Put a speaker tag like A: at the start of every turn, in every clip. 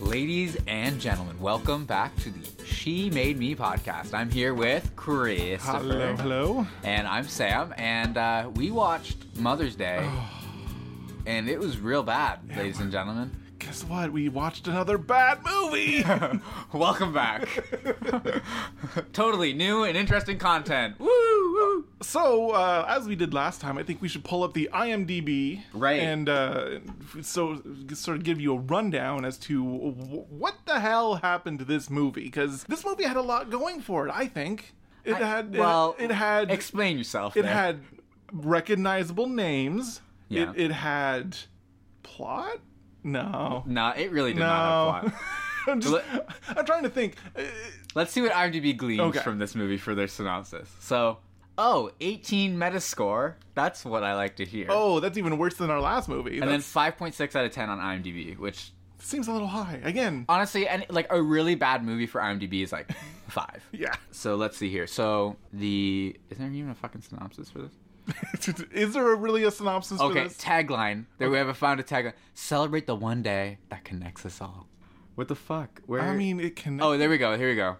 A: Ladies and gentlemen, welcome back to the She Made Me podcast. I'm here with Christopher.
B: Hello, hello.
A: And I'm Sam, and uh, we watched Mother's Day, and it was real bad, ladies and gentlemen.
B: Guess what? We watched another bad movie.
A: Welcome back. totally new and interesting content. Woo! woo.
B: so, uh, as we did last time, I think we should pull up the IMDb,
A: Right.
B: And uh, so, sort of give you a rundown as to wh- what the hell happened to this movie because this movie had a lot going for it. I think it had.
A: well,
B: it, it had.
A: Explain yourself.
B: it
A: there.
B: had recognizable names.
A: Yeah.
B: It, it had plot. No.
A: No, it really did not
B: No.
A: have plot.
B: I'm, just,
A: Let-
B: I'm trying to think. Uh,
A: Let's see what IMDb gleans
B: Okay.
A: from this movie for their synopsis. So, oh, 18 Metascore. That's what I like to hear.
B: Oh, that's even worse than our last movie.
A: and
B: that
A: then 5.6 out of 10 on IMDb, which
B: seems a little high. Again,
A: honestly, and like a really bad movie for IMDb is like five.
B: yeah.
A: So let's see here. So the is there even a fucking synopsis for this?
B: Is there really a synopsis for
A: Okay,
B: this?
A: tagline. There we haven't found a tagline. Celebrate the one day that connects us all. What the fuck? Where?
B: I mean, it can.
A: oh, there we go. Here we go.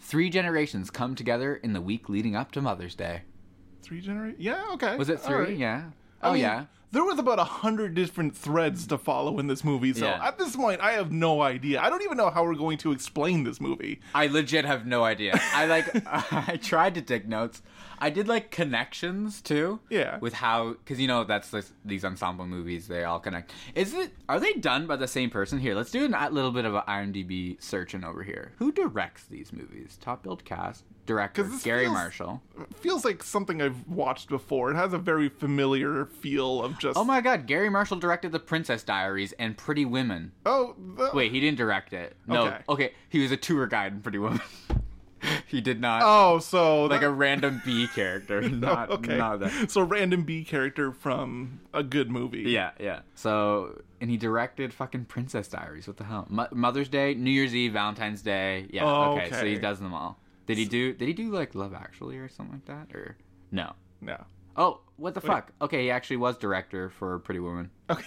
A: Three generations come together in the week leading up to Mother's Day.
B: three generations. Yeah, okay.
A: Was it
B: All
A: three?
B: right.
A: Yeah.
B: I
A: Oh
B: mean,
A: yeah.
B: There was about a hundred different threads to follow in this movie, so
A: Yeah.
B: at this point, I have no idea. I don't even know how we're going to explain this movie.
A: I legit have no idea. I like I tried to take notes. I did like connections too.
B: Yeah.
A: With how cuz you know that's this, these ensemble movies they all connect. Is it are they done by the same person here? Let's do an- a little bit of an IMDb searching over here. Who directs these movies? Top build cast, director
B: 'Cause this
A: Gary
B: feels-
A: Marshall.
B: It feels like something I've watched before. It has a very familiar feel of just.
A: Oh my god, Gary Marshall directed The Princess Diaries and Pretty Women.
B: Oh, the-
A: Wait, he didn't direct it. No. Okay,
B: Okay.
A: he was a tour guide in Pretty Woman. he did not
B: Oh, so
A: like
B: that-
A: a random B character, not
B: Oh, okay.
A: not that.
B: So random B character from a good movie.
A: Yeah, yeah. So, and he directed fucking Princess Diaries. What the hell? Mo- Mother's Day, New Year's Eve, Valentine's Day. Yeah.
B: Oh,
A: okay. So he
B: okay.
A: does them all. Did he do? Did he do like Love Actually or something like that? Or no?
B: No.
A: Oh, what the fuck? Okay, he actually was director for Pretty Woman.
B: Okay.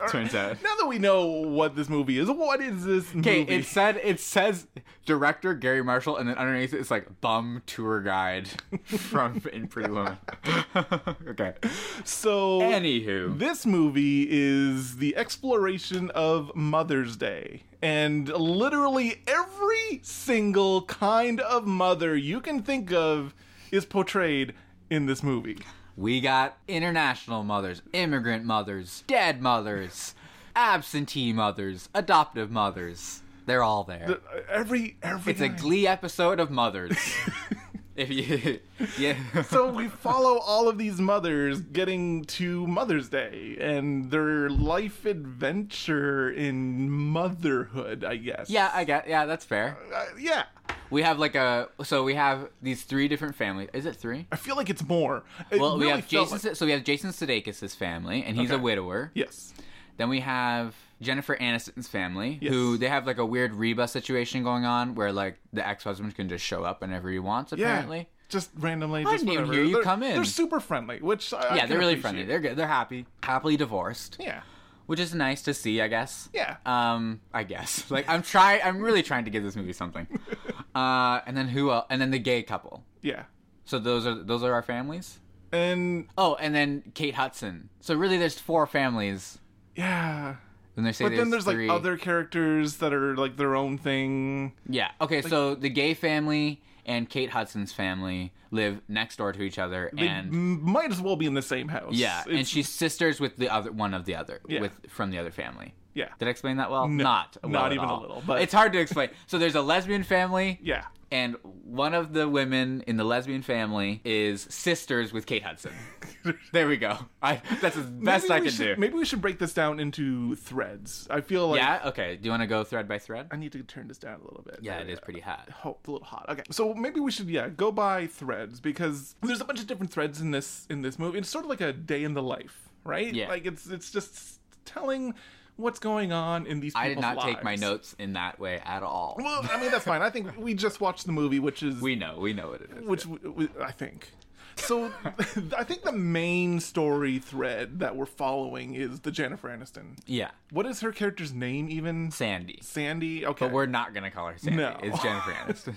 B: All
A: Turns
B: right.
A: out.
B: Now that we know what this movie is, what is this
A: Okay,
B: movie?
A: it said it says director Gary Marshall, and then underneath it, it's like bum tour guide from in Pretty Woman. okay.
B: so
A: Anywho,
B: this movie is the exploration of Mother's Day. And literally every single kind of mother you can think of is portrayed in this movie.
A: We got international mothers, immigrant mothers, dead mothers, absentee mothers, adoptive mothers. They're all there.
B: Every every
A: It's a glee episode of mothers. if you Yeah.
B: so we follow all of these mothers getting to Mother's Day and their life adventure in motherhood, I guess.
A: Yeah, I get. Yeah, that's fair.
B: Uh, yeah.
A: We have like a so we have these three different families. Is it three?
B: I feel like it's more. It
A: Well, we
B: really
A: have
B: felt
A: Jason.
B: like-
A: so we have Jason Sudeikis' family, and he's a
B: Okay.
A: widower.
B: yes.
A: Then we have Jennifer Aniston's family,
B: Yes.
A: who they have like a weird Reba situation going on, where like the ex-husband can just show up whenever he wants.
B: Yeah.
A: Apparently,
B: Just randomly.
A: I
B: just
A: didn't even
B: whatever.
A: hear you
B: They're-
A: come in.
B: They're super friendly, which I, I
A: yeah,
B: can
A: they're really friendly.
B: appreciate.
A: They're good. They're happy, happily divorced,
B: Yeah.
A: which is nice to see, I guess.
B: Yeah.
A: Um, I guess. Like I'm trying. I'm really trying to give this movie something. uh, and then who? Else? And then the gay couple.
B: Yeah.
A: So those are those are our families.
B: And
A: Oh, and then Kate Hudson. So really, there's four families.
B: yeah.
A: Then they say
B: But then there's
A: three.
B: like other characters that are like their own thing.
A: Yeah. Okay. so the gay family and Kate Hudson's family live next door to each other,
B: They
A: and
B: m- might as well be in the same house.
A: yeah, and
B: It's-
A: she's sisters with the other one of the other
B: Yeah.
A: with from the other family.
B: yeah.
A: Did I explain that well? not well
B: not
A: at
B: even a
A: all.
B: little, but-
A: it's hard to explain. So there's a lesbian family,
B: Yeah.
A: and one of the women in the lesbian family is sisters with Kate Hudson. there we go. I that's as best
B: maybe
A: I
B: we
A: can
B: should,
A: do.
B: Maybe we should break this down into threads. I feel like
A: yeah. Okay. Do you want to go thread by thread?
B: I need to turn this down a little bit.
A: Yeah, it is pretty hot.
B: Oh, a little hot. Okay, so maybe we should yeah go by threads because there's a bunch of different threads in this in this movie. It's sort of like a day in the life, right?
A: Yeah.
B: Like it's it's just telling what's going on in these people's
A: I did not take my
B: lives.
A: notes in that way at all.
B: Well, I mean that's fine. I think we just watched the movie, which is
A: We know, we know what it is.
B: which w- w- I think. So I think the main story thread that we're following is the Jennifer Aniston.
A: yeah,
B: What is her character's name even?
A: Sandy.
B: Sandy. Okay.
A: We're not gonna call her Sandy.
B: No.
A: It's Jennifer Aniston.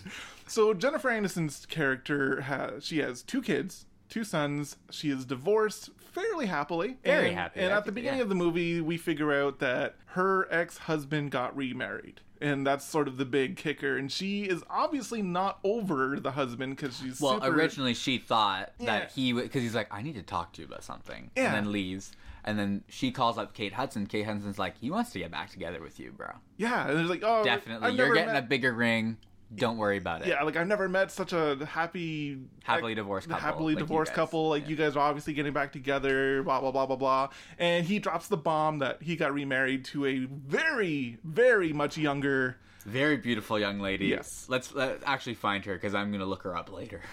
B: So Jennifer Aniston's character has she has two kids, two sons. She is divorced fairly happily.
A: Very
B: and,
A: happy,
B: And at the
A: actually,
B: beginning
A: yeah.
B: of the movie, we figure out that her ex-husband got remarried. And that's sort of the big kicker. And she is obviously not over the husband because she's
A: Well,
B: super...
A: originally she thought
B: Yeah.
A: that he would, because he's like, I need to talk to you about something,
B: Yeah.
A: and then leaves. And then she calls up Kate Hudson. Kate Hudson's like, he wants to get back together with you, bro.
B: Yeah, and it's like oh,
A: Definitely,
B: I've
A: you're
B: never
A: getting
B: met-
A: a bigger ring. Don't worry about it.
B: yeah, like I've never met such a happy,
A: Happily divorced couple
B: happily
A: like you
B: divorced
A: guys.
B: couple. Like
A: Yeah.
B: you guys are obviously getting back together. Blah blah blah blah blah. And he drops the bomb that he got remarried to a very, very much younger.
A: Very beautiful young lady.
B: Yes.
A: Let's, let actually find her because I'm gonna look her up later.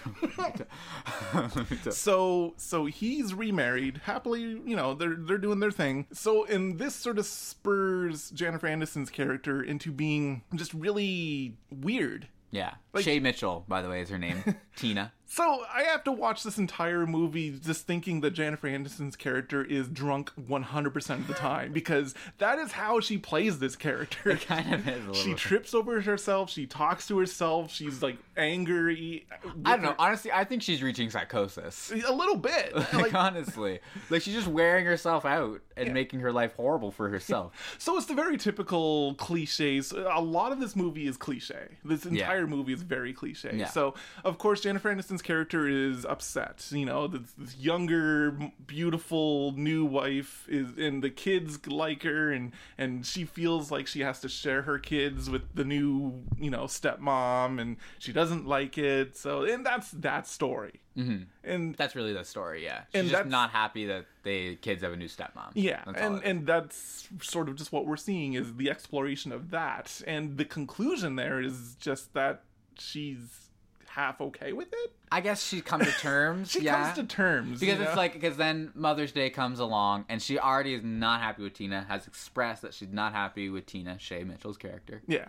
B: So so he's remarried happily. You know they're they're doing their thing. So and this sort of spurs Jennifer Anderson's character into being just really weird
A: yeah. Shay Mitchell, by the way, is her name. Tina.
B: So I have to watch this entire movie just thinking that Jennifer Anderson's character is drunk 100% of the time because that is how she plays this character.
A: Kind of is a little.
B: She trips over herself. She talks to herself. She's like angry.
A: I don't know. Honestly, I think she's reaching psychosis.
B: A little bit.
A: Like,
B: Like,
A: honestly, like she's just wearing herself out and making her life horrible for herself.
B: so it's the very typical cliches. A lot of this movie is cliche. This entire movie is very cliche.
A: Yeah.
B: So of course Jennifer Aniston's character is upset. You know, this, this younger, m- beautiful new wife is, and the kids like her, and and she feels like she has to share her kids with the new, you know, stepmom, and she doesn't like it. So and that's that story. Mm-hmm. And
A: That's really the story. Yeah, she's
B: And
A: just
B: that's-
A: not happy that the kids have a new stepmom.
B: Yeah,
A: That's all
B: and
A: it is.
B: and that's sort of just what we're seeing is the exploration of that, and the conclusion there is just that she's half okay with it.
A: I guess she come to terms.
B: She
A: yeah.
B: comes to terms
A: because
B: you
A: it's
B: know?
A: like because then Mother's Day comes along and she already is not happy with Tina. Has expressed that she's not happy with Tina, Shay Mitchell's character.
B: yeah,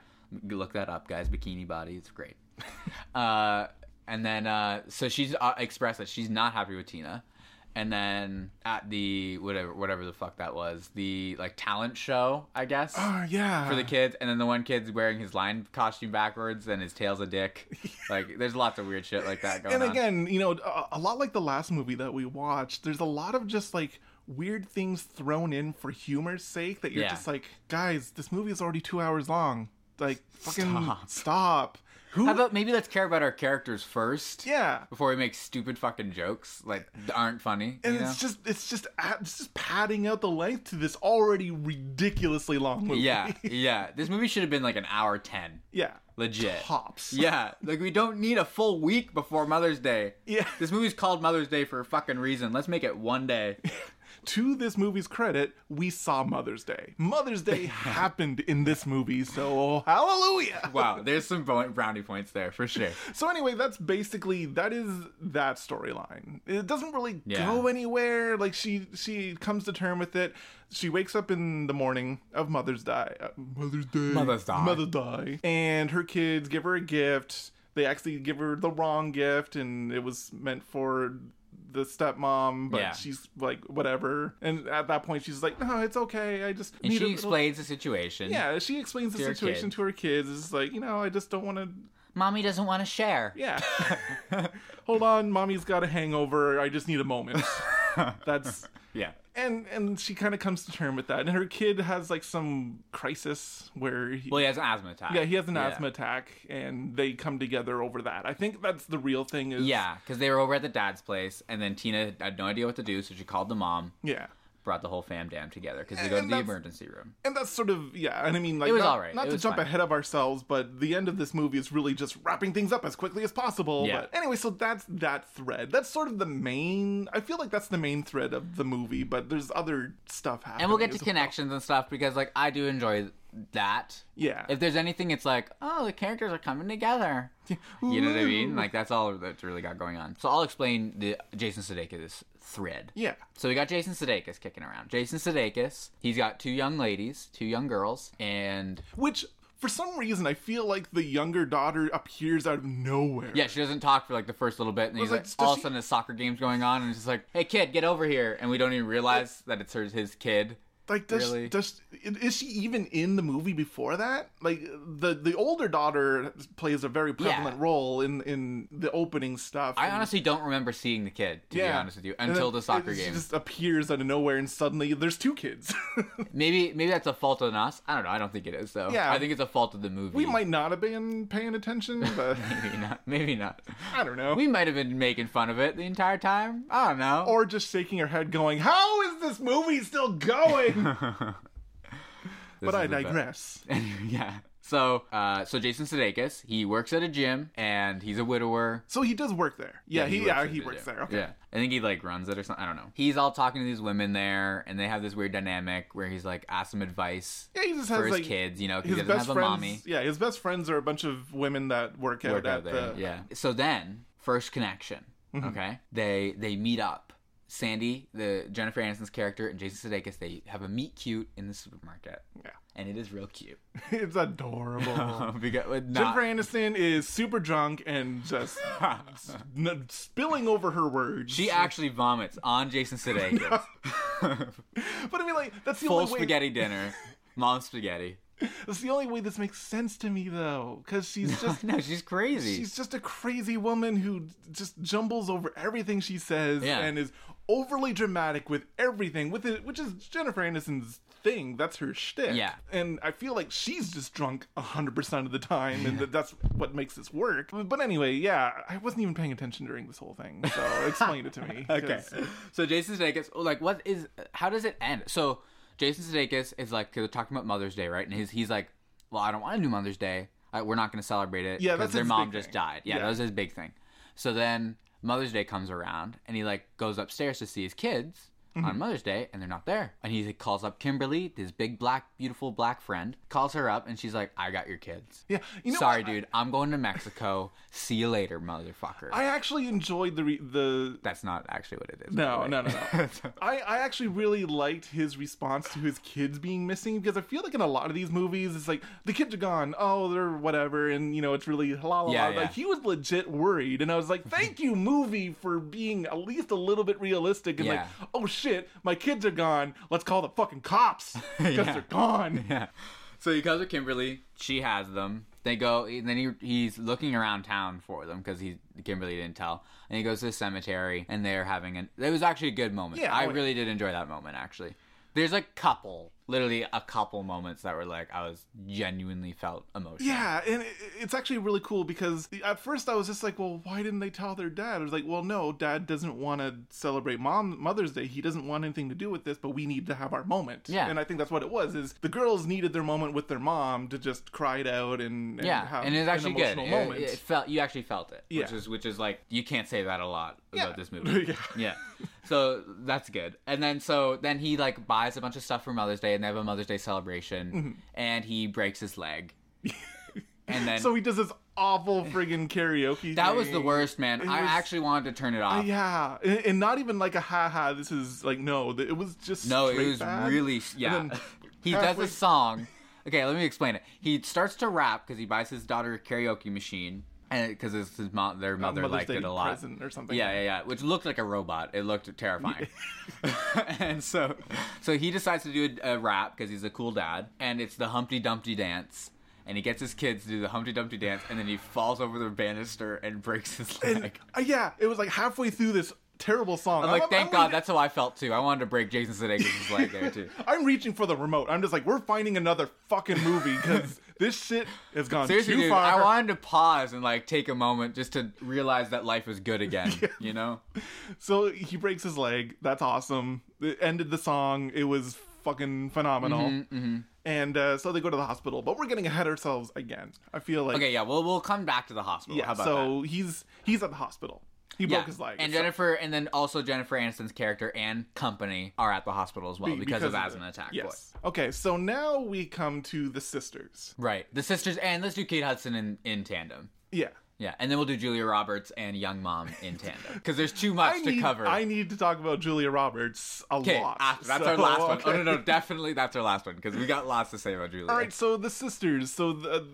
A: Look that up, guys. Bikini body, it's great. uh, and then, uh, so she's uh, expressed that she's not happy with Tina. And then at the whatever, whatever the fuck that was, the like talent show, I guess,
B: oh yeah,
A: for the kids. And then the one kid's wearing his lion costume backwards and his tail's a dick. like, there's lots of weird shit like that going
B: and
A: on.
B: again, you know, a, a lot like the last movie that we watched. There's a lot of just like weird things thrown in for humor's sake that you're
A: Yeah.
B: just like, guys, this movie is already two hours long. Like, fucking
A: Stop.
B: stop. Who?
A: How about maybe let's care about our characters first
B: yeah.
A: before we make stupid fucking jokes like that aren't funny.
B: and
A: you know?
B: it's just it's just a- it's just padding out the length to this already ridiculously long movie.
A: yeah, yeah. This movie should have been like an hour ten.
B: yeah,
A: Legit.
B: Tops.
A: Yeah, like we don't need a full week before Mother's Day.
B: Yeah.
A: This movie's called Mother's Day for a fucking reason. Let's make it one day.
B: To this movie's credit, we saw Mother's Day. Mother's Day happened in this movie, so hallelujah.
A: Wow, there's some bo- brownie points there for sure.
B: So anyway, that's basically that is that storyline. It doesn't really
A: Yeah.
B: go anywhere. Like she she comes to term with it. She wakes up in the morning of Mother's Day. uh, Mother's Day.
A: Mother's Day.
B: Mother's Day. And her kids give her a gift. They actually give her the wrong gift, and it was meant for the stepmom. But
A: Yeah.
B: she's like, whatever. And at that point, she's like, no, it's okay. I just
A: And
B: need
A: she
B: a little-
A: explains the situation.
B: Yeah, she explains the
A: to her
B: situation
A: kid.
B: to her kids. It's like, you know, I just don't want to
A: Mommy doesn't want to share.
B: yeah. Hold on, mommy's got a hangover. I just need a moment. That's
A: Yeah.
B: and and she kind of comes to term with that. And her kid has like some crisis where he,
A: Well, he has an asthma attack.
B: yeah, he has an asthma attack and they come together over that. I think that's the real thing is
A: Yeah, because they were over at the dad's place, and then Tina had no idea what to do, so she called the mom,
B: Yeah.
A: brought the whole fam dam together because they go to
B: And
A: the
B: that's-
A: emergency room.
B: And that's sort of yeah, and I mean like
A: It was
B: not,
A: all right.
B: not
A: It
B: to
A: was
B: jump
A: fine.
B: ahead of ourselves, but the end of this movie is really just wrapping things up as quickly as possible.
A: Yeah.
B: But anyway, so that's that thread. That's sort of the main I feel like that's the main thread of the movie, but there's other stuff happening.
A: And we'll get
B: as
A: to
B: well.
A: connections and stuff because, like, I do enjoy that.
B: Yeah.
A: If there's anything, it's like, oh, the characters are coming together. You know what I mean? Like that's all that's really got going on. So I'll explain the Jason Sudeikis thread.
B: Yeah.
A: So we got Jason Sudeikis kicking around. Jason Sudeikis, he's got two young ladies, two young girls, and
B: Which, for some reason, I feel like the younger daughter appears out of nowhere.
A: yeah, she doesn't talk for like the first little bit, and he's
B: like,
A: like,
B: does
A: all of
B: she-
A: a sudden, a soccer game's going on, and it's just like, hey kid, get over here, and we don't even realize that it's her, his kid.
B: Like, does
A: Really?
B: does is she even in the movie before that? Like the the older daughter plays a very prevalent
A: Yeah.
B: role in in the opening stuff.
A: I
B: and-
A: honestly don't remember seeing the kid, to be honest with you,
B: Mm. And
A: until
B: then
A: the soccer
B: it
A: game.
B: just appears out of nowhere, and suddenly there's two kids.
A: Maybe maybe that's a fault of us. I don't know. I don't think it is though.
B: Yeah.
A: I think it's a fault of the movie.
B: we might not have been paying attention, but
A: maybe not. Maybe not.
B: I don't know.
A: We might have been making fun of it the entire time. I don't know.
B: or just shaking her head, going, "How is this movie still going?"
A: This
B: but I
A: is the best.
B: digress.
A: yeah. So, uh, so Jason Sudeikis, he works at a gym and he's a widower.
B: So he does work there. Yeah, he, yeah,
A: at
B: he
A: the
B: works
A: gym.
B: there. Okay.
A: Yeah. I think he like runs it or something. I don't know. He's all talking to these women there, and they have this weird dynamic where he's like asks some advice
B: Yeah, he just has
A: for his
B: like
A: kids. You know, 'cause
B: his
A: he doesn't
B: best
A: have a
B: friends.
A: mommy.
B: Yeah, his best friends are a bunch of women that work,
A: work out
B: out, at
A: there.
B: the. Mm-hmm.
A: yeah. So then, first connection. Okay, they they meet up. Sandy, the Jennifer Aniston's character, and Jason Sudeikis, they have a meet cute in the supermarket.
B: Yeah.
A: and it is real cute.
B: it's adorable.
A: because uh, not,
B: Jennifer Aniston is super drunk and just s- n- spilling over her words.
A: she actually vomits on Jason Sudeikis.
B: but I mean, like that's the
A: Full
B: only way.
A: spaghetti dinner, mom spaghetti.
B: That's the only way this makes sense to me, though, because she's just
A: No, she's crazy.
B: she's just a crazy woman who just jumbles over everything she says
A: Yeah.
B: and is overly dramatic with everything with it, which is Jennifer Aniston's thing. That's her shtick.
A: Yeah.
B: and I feel like she's just drunk hundred percent of the time, and that that's what makes this work. But anyway, yeah, I wasn't even paying attention during this whole thing, so explain it to me. 'cause-
A: So Jason Sudeikis, like, what is? How does it end? So Jason Sudeikis is like 'cause they're talking about Mother's Day, right? And he's he's like, well, I don't want to do Mother's Day. I, we're not going to celebrate it.
B: Yeah,
A: 'cause
B: that's
A: their
B: his
A: mom
B: big
A: just
B: thing.
A: died. Yeah,
B: Yeah.
A: that was his big thing. So then Mother's Day comes around, and he like goes upstairs to see his kids. On
B: Mm-hmm.
A: Mother's Day, and they're not there. And he calls up Kimberly, his big black, beautiful black friend, calls her up, and she's like, I got your kids.
B: Yeah, you know
A: Sorry,
B: what?
A: dude. I'm going to Mexico. See you later, motherfucker.
B: I actually enjoyed the re- the
A: That's not actually what it is. by the
B: No,
A: way.
B: no, no, no. I, I actually really liked his response to his kids being missing because I feel like in a lot of these movies, it's like the kids are gone. Oh, they're whatever. And, you know, it's really la la
A: Yeah,
B: la.
A: yeah.
B: Like, he was legit worried. And I was like, thank you, movie, for being at least a little bit realistic. And,
A: Yeah.
B: like, oh shit, my kids are gone. Let's call the fucking cops because
A: Yeah.
B: they're gone.
A: yeah. So he comes with Kimberly. She has them. They go, and then he, he's looking around town for them because he Kimberly didn't tell. And he goes to the cemetery, and they're having an. It was actually a good moment.
B: Yeah,
A: I
B: oh, yeah.
A: really did enjoy that moment. Actually, there's a couple, literally a couple moments that were like I was genuinely felt emotional.
B: Yeah, and it- it's actually really cool because at first I was just like, well, why didn't they tell their dad? I was like, well, no, dad doesn't want to celebrate mom Mother's Day. He doesn't want anything to do with this, but we need to have our moment.
A: Yeah.
B: and I think that's what it was. Is the girls needed their moment with their mom to just cry it out and, and
A: Yeah,
B: have
A: and it's actually
B: an
A: good.
B: emotional
A: It,
B: moment.
A: it felt you actually felt it, which
B: Yeah.
A: is which is like you can't say that a lot
B: Yeah.
A: about this movie.
B: Yeah.
A: yeah. So that's good. And then so then he like buys a bunch of stuff for Mother's Day and they have a Mother's Day celebration
B: Mm-hmm.
A: and he breaks his leg. and then
B: so he does this awful friggin' karaoke.
A: that was the
B: thing.
A: worst, man. I
B: was-
A: actually wanted to turn it off.
B: Yeah, and, and not even like a ha ha. This is like no. th- It was just
A: No, it
B: straight
A: was
B: bad.
A: really yeah.
B: then
A: he does
B: halfway-
A: a song. Okay, let me explain it. He starts to rap because he buys his daughter a karaoke machine, and because his mom, their mother
B: Mother's
A: liked
B: Day
A: it a lot.
B: present or something.
A: Yeah, yeah, yeah. Which looked like a robot. It looked terrifying. and so, so he decides to do a, a rap because he's a cool dad, and it's the Humpty Dumpty dance. And he gets his kids to do the Humpty Dumpty dance, and then he falls over the banister and breaks his leg.
B: Uh, yeah, it was like halfway through this terrible song.
A: I'm like, thank
B: I'm
A: God,
B: reading-
A: that's how I felt too. I wanted to break Jason Sudeikis' leg there too.
B: I'm reaching for the remote. I'm just like, we're finding another fucking movie because this shit has gone
A: Seriously,
B: too
A: dude,
B: far.
A: I wanted to pause and like take a moment just to realize that life is good again. You know?
B: So he breaks his leg. That's awesome. It ended the song. It was fucking phenomenal.
A: Mm-hmm,
B: And uh, so they go to the hospital, but we're getting ahead of ourselves again. I feel like
A: Okay, yeah. Well, we'll come back to the hospital.
B: yeah.
A: How about
B: so he's he's at the hospital.
A: that?
B: He
A: Yeah.
B: broke his leg.
A: And
B: So-
A: Jennifer, and then also Jennifer Aniston's character and company are at the hospital as well
B: be-
A: because, of
B: the-
A: asthma attack.
B: Yes. Okay, so now we come to the sisters.
A: Right. The sisters, and let's do Kate Hudson in, in tandem.
B: Yeah.
A: Yeah, and then we'll do Julia Roberts and Young Mom in tandem because there's too much
B: I
A: to
B: need,
A: cover.
B: I need to talk about Julia Roberts a
A: okay,
B: lot.
A: after- that's
B: so-
A: our last one. Oh no,
B: okay.
A: no, definitely that's our last one because we got lots to say about Julia.
B: All right, so the sisters. So the,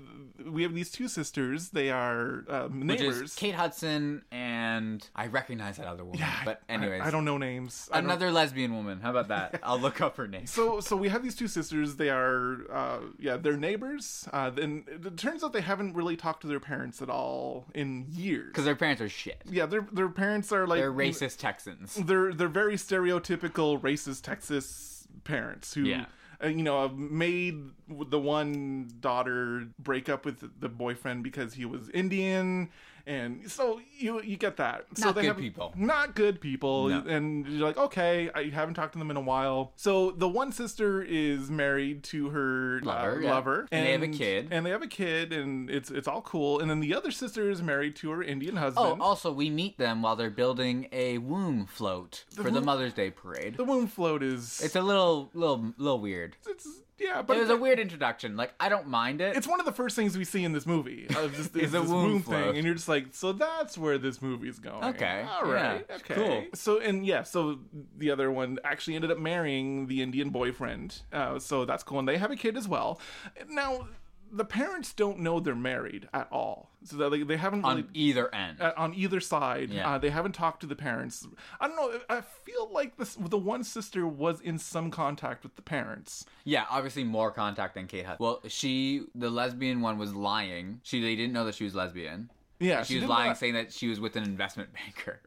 B: we have these two sisters. They are um,
A: which
B: neighbors.
A: is Kate Hudson and I recognize that other woman, but
B: I-
A: anyways,
B: I, don't know names. I don't-
A: another lesbian woman. How about that? I'll look up her name.
B: So, so we have these two sisters. They are, uh, yeah, they're neighbors. Uh, and it turns out they haven't really talked to their parents at all in years.
A: Because their parents are shit.
B: yeah, their their parents are like
A: They're racist Texans.
B: They're they're very stereotypical racist Texas parents who.
A: Yeah.
B: uh, You know, made the one daughter break up with the boyfriend because he was Indian, and so you you get that. so
A: Not
B: they
A: good
B: have,
A: people.
B: not good people
A: No.
B: and you're like okay i haven't talked to them in a while so the one sister is married to her uh,
A: Lover, yeah.
B: lover
A: And they have a kid.
B: and they have a kid and it's it's all cool and then the other sister is married to her indian
A: Oh,
B: husband
A: also, we meet them while they're building a womb float for the Mother's Day parade.
B: the womb float is
A: It's a little, little, little weird.
B: it's yeah
A: It
B: but
A: was a weird introduction. Like, I don't mind it.
B: it's one of the first things we see in this movie of this, this,
A: a
B: this
A: womb
B: womb
A: float.
B: thing and you're just like so that's where this movie's going
A: Okay,
B: all right
A: yeah,
B: okay
A: cool.
B: so and yeah so the other one actually ended up marrying the indian boyfriend uh, so that's cool and they have a kid as well now the parents don't know they're married at all so they, they haven't really
A: on either end.
B: uh, on either side.
A: Yeah.
B: Uh, they haven't talked to the parents. I don't know. I feel like this. The one sister was in some contact with the parents.
A: yeah, obviously more contact than Kate Hudson. Well, she, the lesbian one, was lying. She, they didn't know that she was lesbian.
B: Yeah,
A: She,
B: she
A: was
B: did
A: lying,
B: not-
A: saying that she was with an investment banker.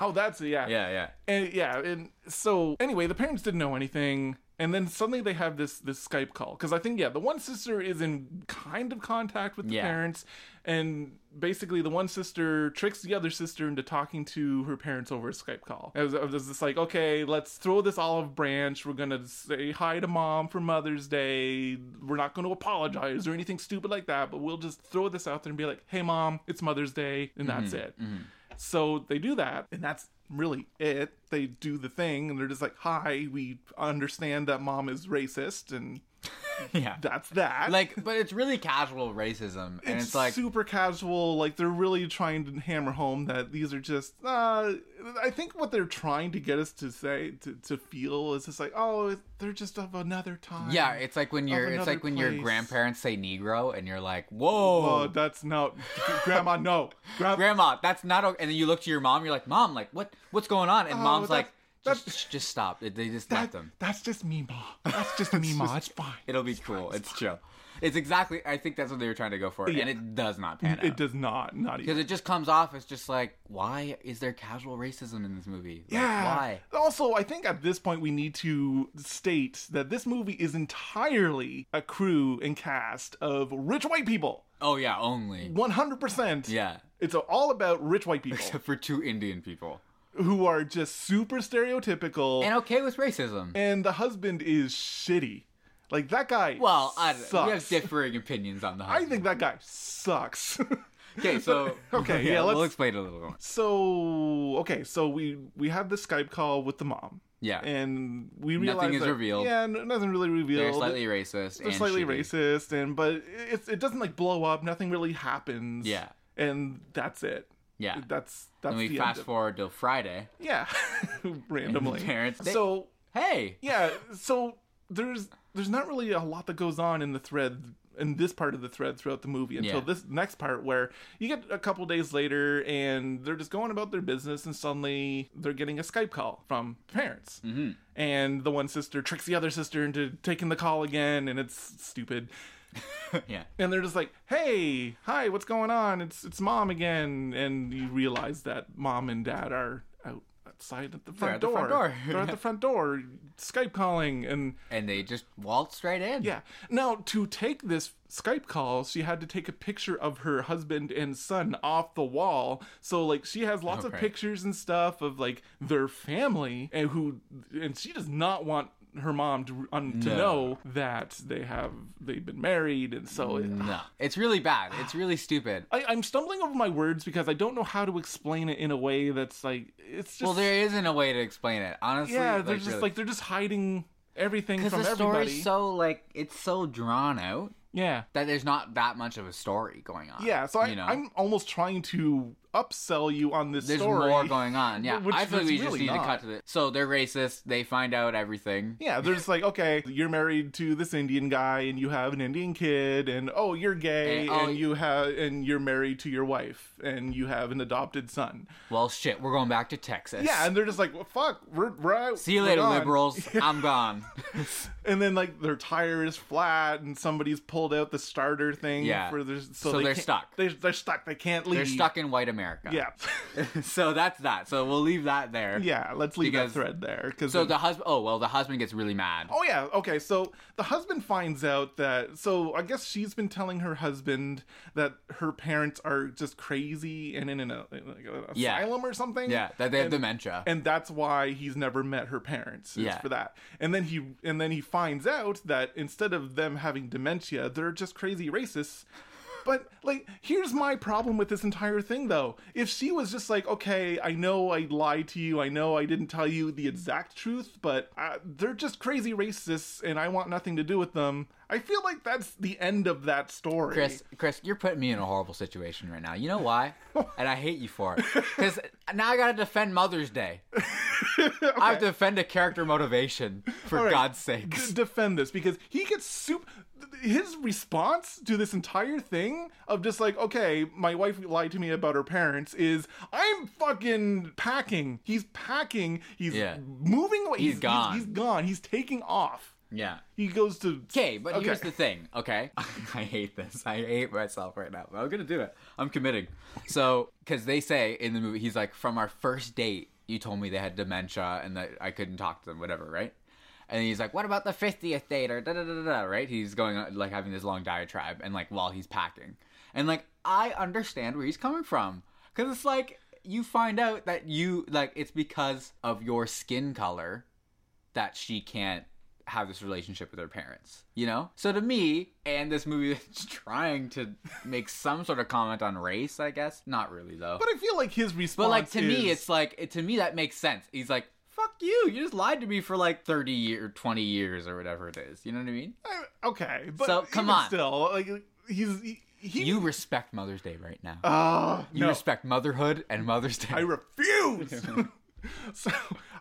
B: oh, that's yeah,
A: yeah, yeah.
B: and yeah, and so anyway, the parents didn't know anything. And then suddenly they have this this Skype call because I think yeah the one sister is in kind of contact with the
A: Yeah.
B: parents, and basically the one sister tricks the other sister into talking to her parents over a Skype call. It was, it was just like okay, let's throw this olive branch. We're gonna say hi to mom for Mother's Day. We're not going to apologize or anything stupid like that, but we'll just throw this out there and be like, hey mom, it's Mother's Day, and that's it. So they do that, and that's really it. They do the thing, and they're just like, "Hi, we understand that mom is racist," and
A: yeah.
B: that's that.
A: Like, but it's really casual racism. And it's, like,
B: super casual. Like they're really trying to hammer home that these are just. Uh, I think what they're trying to get us to say to, to feel is just like, "Oh, they're just of another time."
A: yeah, it's like when you're, it's
B: another
A: like when your
B: place.
A: grandparents say Negro and you're like,
B: Oh,
A: whoa.
B: that's not, Grandma. No, Grandma.
A: grandma that's not okay and then you look to your mom you're like mom like what what's going on and
B: Oh,
A: mom's like
B: that's-
A: just, sh- just stop They- they just let
B: that-
A: them
B: that's just me, ma. That's just me, ma. It's fine.
A: it'll be cool it's chill it's exactly i think that's what they were trying to go for and it does not pan
B: It
A: out
B: does not. Not even.
A: because it just comes off as just like why is there casual racism in this movie Like, why
B: Also, I think at this point we need to state that this movie is entirely a crew and cast of rich white people.
A: oh yeah only
B: 100%.
A: yeah
B: It's all about rich white people
A: except for two indian people
B: who are just super stereotypical
A: and
B: and,
A: okay with racism
B: the husband is shitty. Like that guy
A: well I,
B: sucks.
A: we have differing opinions on the
B: I think that guy sucks.
A: okay so
B: Okay, yeah,
A: we'll
B: let's-
A: explain it a little more
B: so, okay, so we we have the Skype call with the mom.
A: yeah
B: And we realize
A: Nothing is
B: that-
A: revealed.
B: Yeah, n- nothing really revealed.
A: they're slightly racist
B: they're
A: and
B: slightly
A: shitty.
B: racist and but it, it doesn't like blow up nothing really happens
A: Yeah.
B: and that's it
A: yeah
B: that's that's
A: And we
B: the
A: fast
B: end of-
A: forward till Friday.
B: yeah randomly
A: parents- they-
B: so
A: Hey,
B: yeah so there's there's not really a lot that goes on in the thread in this part of the thread throughout the movie until
A: Yeah.
B: this next part where you get a couple days later and they're just going about their business and suddenly they're getting a skype call from parents mm-hmm. and the one sister tricks the other sister into taking the call again and it's stupid
A: yeah,
B: and they're just like, "Hey, hi, what's going on? It's it's mom again." And you realize that mom and dad are out outside at the front
A: at the
B: door.
A: front door.
B: they're at the front door, Skype calling, and
A: and they just waltz right in.
B: yeah. Now to take this Skype call, she had to take a picture of her husband and son off the wall. So like she has lots of
A: Okay.
B: pictures and stuff of like their family and who, and she does not want her mom to, on, to
A: No.
B: know that they have they've been married, and so it,
A: No, it's really bad. It's really stupid.
B: I, I'm stumbling over my words because I don't know how to explain it in a way that's like it's just
A: Well, there isn't a way to explain it. Honestly,
B: yeah, they're just
A: really.
B: like they're just hiding everything
A: because
B: from
A: the
B: everybody.
A: story's so like it's so drawn out
B: yeah,
A: that there's not that much of a story going on.
B: yeah. So I,
A: you know,
B: I'm almost trying to upsell you on this
A: there's
B: story.
A: more going on. Yeah,
B: which
A: I feel like
B: there's
A: we just
B: really
A: need to
B: not.
A: cut to the. So they're racist. They find out everything.
B: Yeah, they're just like, okay, you're married to this Indian guy, and you have an Indian kid, and oh, you're gay,
A: And-
B: and,
A: oh,
B: you have, and you're married to your wife, and you have an adopted son.
A: Well, shit, we're going back to Texas.
B: Yeah, and they're just like, well, fuck, we're, we're out.
A: See you
B: we're
A: later,
B: gone.
A: liberals. I'm gone.
B: And then like their tire is flat, and somebody's pulled out the starter thing.
A: Yeah.
B: for their, so,
A: So
B: they
A: they're
B: can't-
A: stuck.
B: They're, they're stuck. They can't leave.
A: They're stuck in white America.
B: Yeah,
A: so that's that. So we'll leave that there.
B: yeah. Let's leave
A: Because-
B: that thread there. Because
A: So the husband. Oh well, the husband gets really mad.
B: Oh yeah, okay. So the husband finds out that so I guess she's been telling her husband that her parents are just crazy and in an, uh, like an
A: Yeah.
B: asylum or something.
A: Yeah, that they have
B: and,
A: dementia.
B: and that's why he's never met her parents. It's
A: Yeah.
B: for that. And then he and then he finds out that instead of them having dementia, they're just crazy racists. But like, here's my problem with this entire thing, though. If she was just like, okay, I know I lied to you, I know I didn't tell you the exact truth, but uh, they're just crazy racists, and I want nothing to do with them. I feel like that's the end of that story.
A: Chris, Chris, you're putting me in a horrible situation right now. You know why? and I hate you for it. Because now I gotta defend Mother's Day. I have to defend a character motivation for
B: All right.
A: God's
B: D-
A: sakes.
B: defend this because he gets soup. His response to this entire thing of just like, okay, my wife lied to me about her parents is I'm fucking packing. He's packing. He's
A: Yeah.
B: moving away. He's
A: gone.
B: he's gone. He's taking off.
A: Yeah.
B: He goes to.
A: Okay, but here's the thing. Okay, I hate this. I hate myself right now. But I'm gonna do it. I'm committing. So, because they say in the movie, he's like, from our first date, you told me they had dementia and that I couldn't talk to them, whatever, right? And he's like, what about the fiftieth date or da da da da, da, right? He's going on, like having this long diatribe and like while he's packing, and like I understand where he's coming from because it's like you find out that you like it's because of your skin color that she can't have this relationship with her parents, you know? So to me, and this movie is trying to make some sort of comment on race, I guess. Not really though.
B: But I feel like his response.
A: But like to me,
B: is-
A: it's like it, to me that makes sense. He's like, "Fuck you! You just lied to me for like thirty year, twenty years, or whatever it is." You know what I mean?
B: I- eh, okay. But
A: So, come
B: even
A: on.
B: Still, like he's he. he
A: You Uh, respect Mother's Day right now.
B: Ah,
A: you
B: no.
A: respect motherhood and Mother's Day.
B: I refuse. so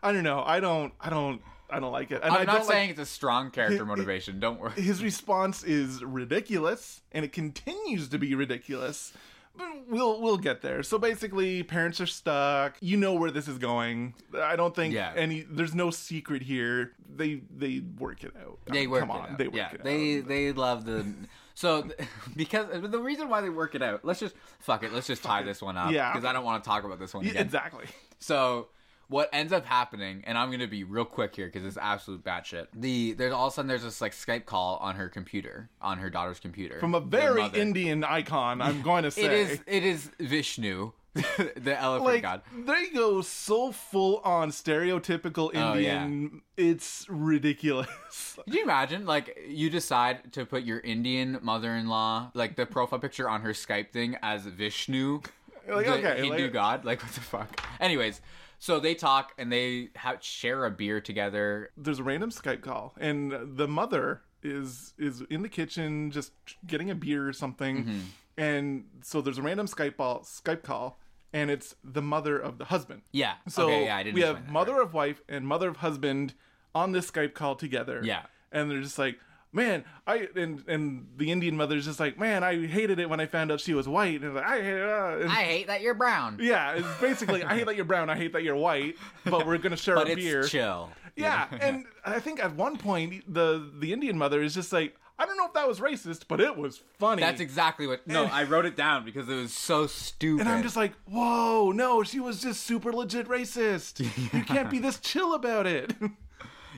B: I don't know. I don't. I don't. I don't like it. And I
A: am
B: don't
A: not
B: like-
A: saying it's a strong character motivation. Don't worry.
B: his response is ridiculous and it continues to be ridiculous but we'll we'll get there so basically parents are stuck you know where this is going i don't think
A: Yeah.
B: any there's no secret here they they work it out
A: They work
B: come
A: it
B: on
A: out.
B: they work
A: yeah,
B: it
A: they
B: out
A: they love the so because the reason why they work it out. Let's just fuck it. Let's just tie this one up.
B: Yeah.
A: because I don't want to talk about this one
B: Yeah,
A: again.
B: exactly
A: So what ends up happening, and I'm gonna be real quick here because it's absolute batshit. The there's all of a sudden there's this like Skype call on her computer, on her daughter's computer,
B: from a
A: the
B: very
A: mother.
B: indian icon i'm going to say
A: It is it is Vishnu, the elephant
B: like
A: god.
B: they go so full on stereotypical
A: Oh, yeah.
B: indian it's ridiculous
A: Can you imagine? Like, you decide to put your Indian mother-in-law, like the profile picture on her Skype thing as Vishnu,
B: Like,
A: the
B: okay,
A: Hindu
B: like-
A: god. Like, what the fuck? Anyways, so they talk and they ha share a beer together.
B: there's a random Skype call, and the mother is is in the kitchen just getting a beer or something,
A: Mm-hmm.
B: and so there's a random Skype call, Skype call, and it's the mother of the husband.
A: Yeah.
B: So
A: okay, yeah, I didn't
B: we
A: explain
B: have
A: that.
B: mother of wife and mother of husband on this Skype call together.
A: Yeah.
B: and they're just like. Man, I and and the Indian mother's just like, man, I hated it when I found out she was white, and I hate it. uh," and-
A: I hate that you're brown,
B: yeah, it's basically, I hate that you're brown, I hate that you're white, but we're gonna share
A: but
B: a
A: it's
B: beer.
A: chill. you
B: Yeah,
A: know?
B: and I think at one point the the Indian mother is just like, I don't know if that was racist, but it was funny.
A: that's exactly what. No, I wrote it down because it was so stupid.
B: and I'm just like, whoa, no, she was just super legit racist. You can't be this chill about it.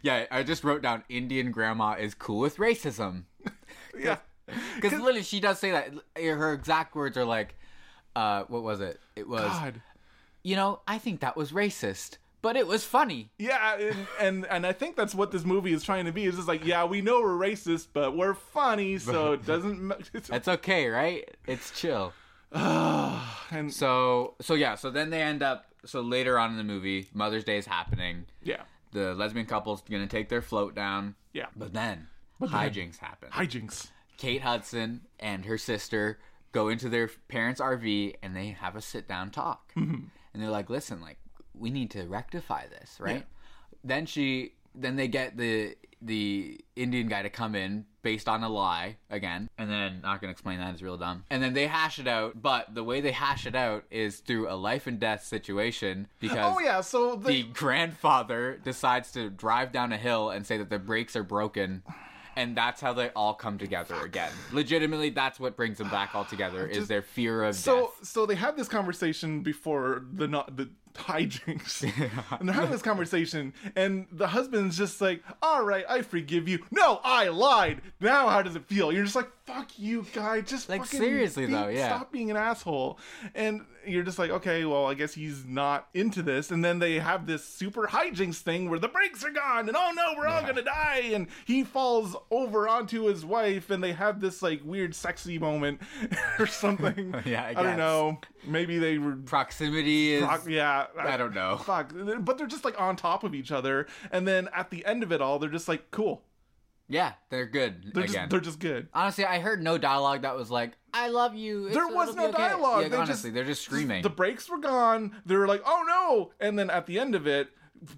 A: yeah, I just wrote down Indian grandma is cool with racism.
B: yeah,
A: Because literally, she does say that. eh, Her exact words are like, uh, "What was it? It was,
B: God,
A: you know, I think that was racist, but it was funny.
B: Yeah, and, and and I think that's what this movie is trying to be. It's just like, yeah, we know we're racist, but we're funny, so it doesn't. ma-
A: That's okay, right? It's chill.
B: and
A: So so yeah, so then they end up so later on in the movie, Mother's Day is happening.
B: yeah,
A: The lesbian couple's gonna take their float down.
B: yeah,
A: But then
B: then-
A: hijinks happen.
B: hijinks.
A: Kate Hudson and her sister go into their parents' RV and they have a sit down talk. And they're like, listen, like, we need to rectify this, right? Then she, then they get the the Indian guy to come in based on a lie again, and then not gonna explain that is real dumb. And then they hash it out, but the way they hash it out is through a life and death situation because
B: Oh yeah, so the,
A: the grandfather decides to drive down a hill and say that the brakes are broken and that's how they all come together again legitimately that's what brings them back all together is their fear of
B: so
A: death
B: so they had this conversation before the not the hijinks, and they're having this conversation, and the husband's just like, "All right, I forgive you. No, I lied. Now how does it feel?" You're just like, "Fuck you, guy. Just
A: Like,
B: fucking
A: seriously,
B: be-
A: though, yeah.
B: stop being an asshole." And you're just like, "Okay, well, I guess he's not into this." And then they have this super hijinks thing where the brakes are gone, and oh no, we're all gonna die, and he falls over onto his wife, and they have this like weird sexy moment or something.
A: Yeah, I
B: don't
A: guess.
B: know. Maybe they were.
A: proximity is
B: Fuck, yeah,
A: I don't know.
B: Fuck, but they're just like on top of each other, and then at the end of it all, they're just like cool.
A: yeah they're good
B: They're
A: again
B: just they're just good.
A: honestly i heard no dialogue that was like i love you It's-
B: There was
A: it'll be
B: no dialogue.
A: Yeah,
B: They
A: honestly
B: just-
A: they're just screaming
B: The brakes were gone. They were like, oh no! And then at the end of it,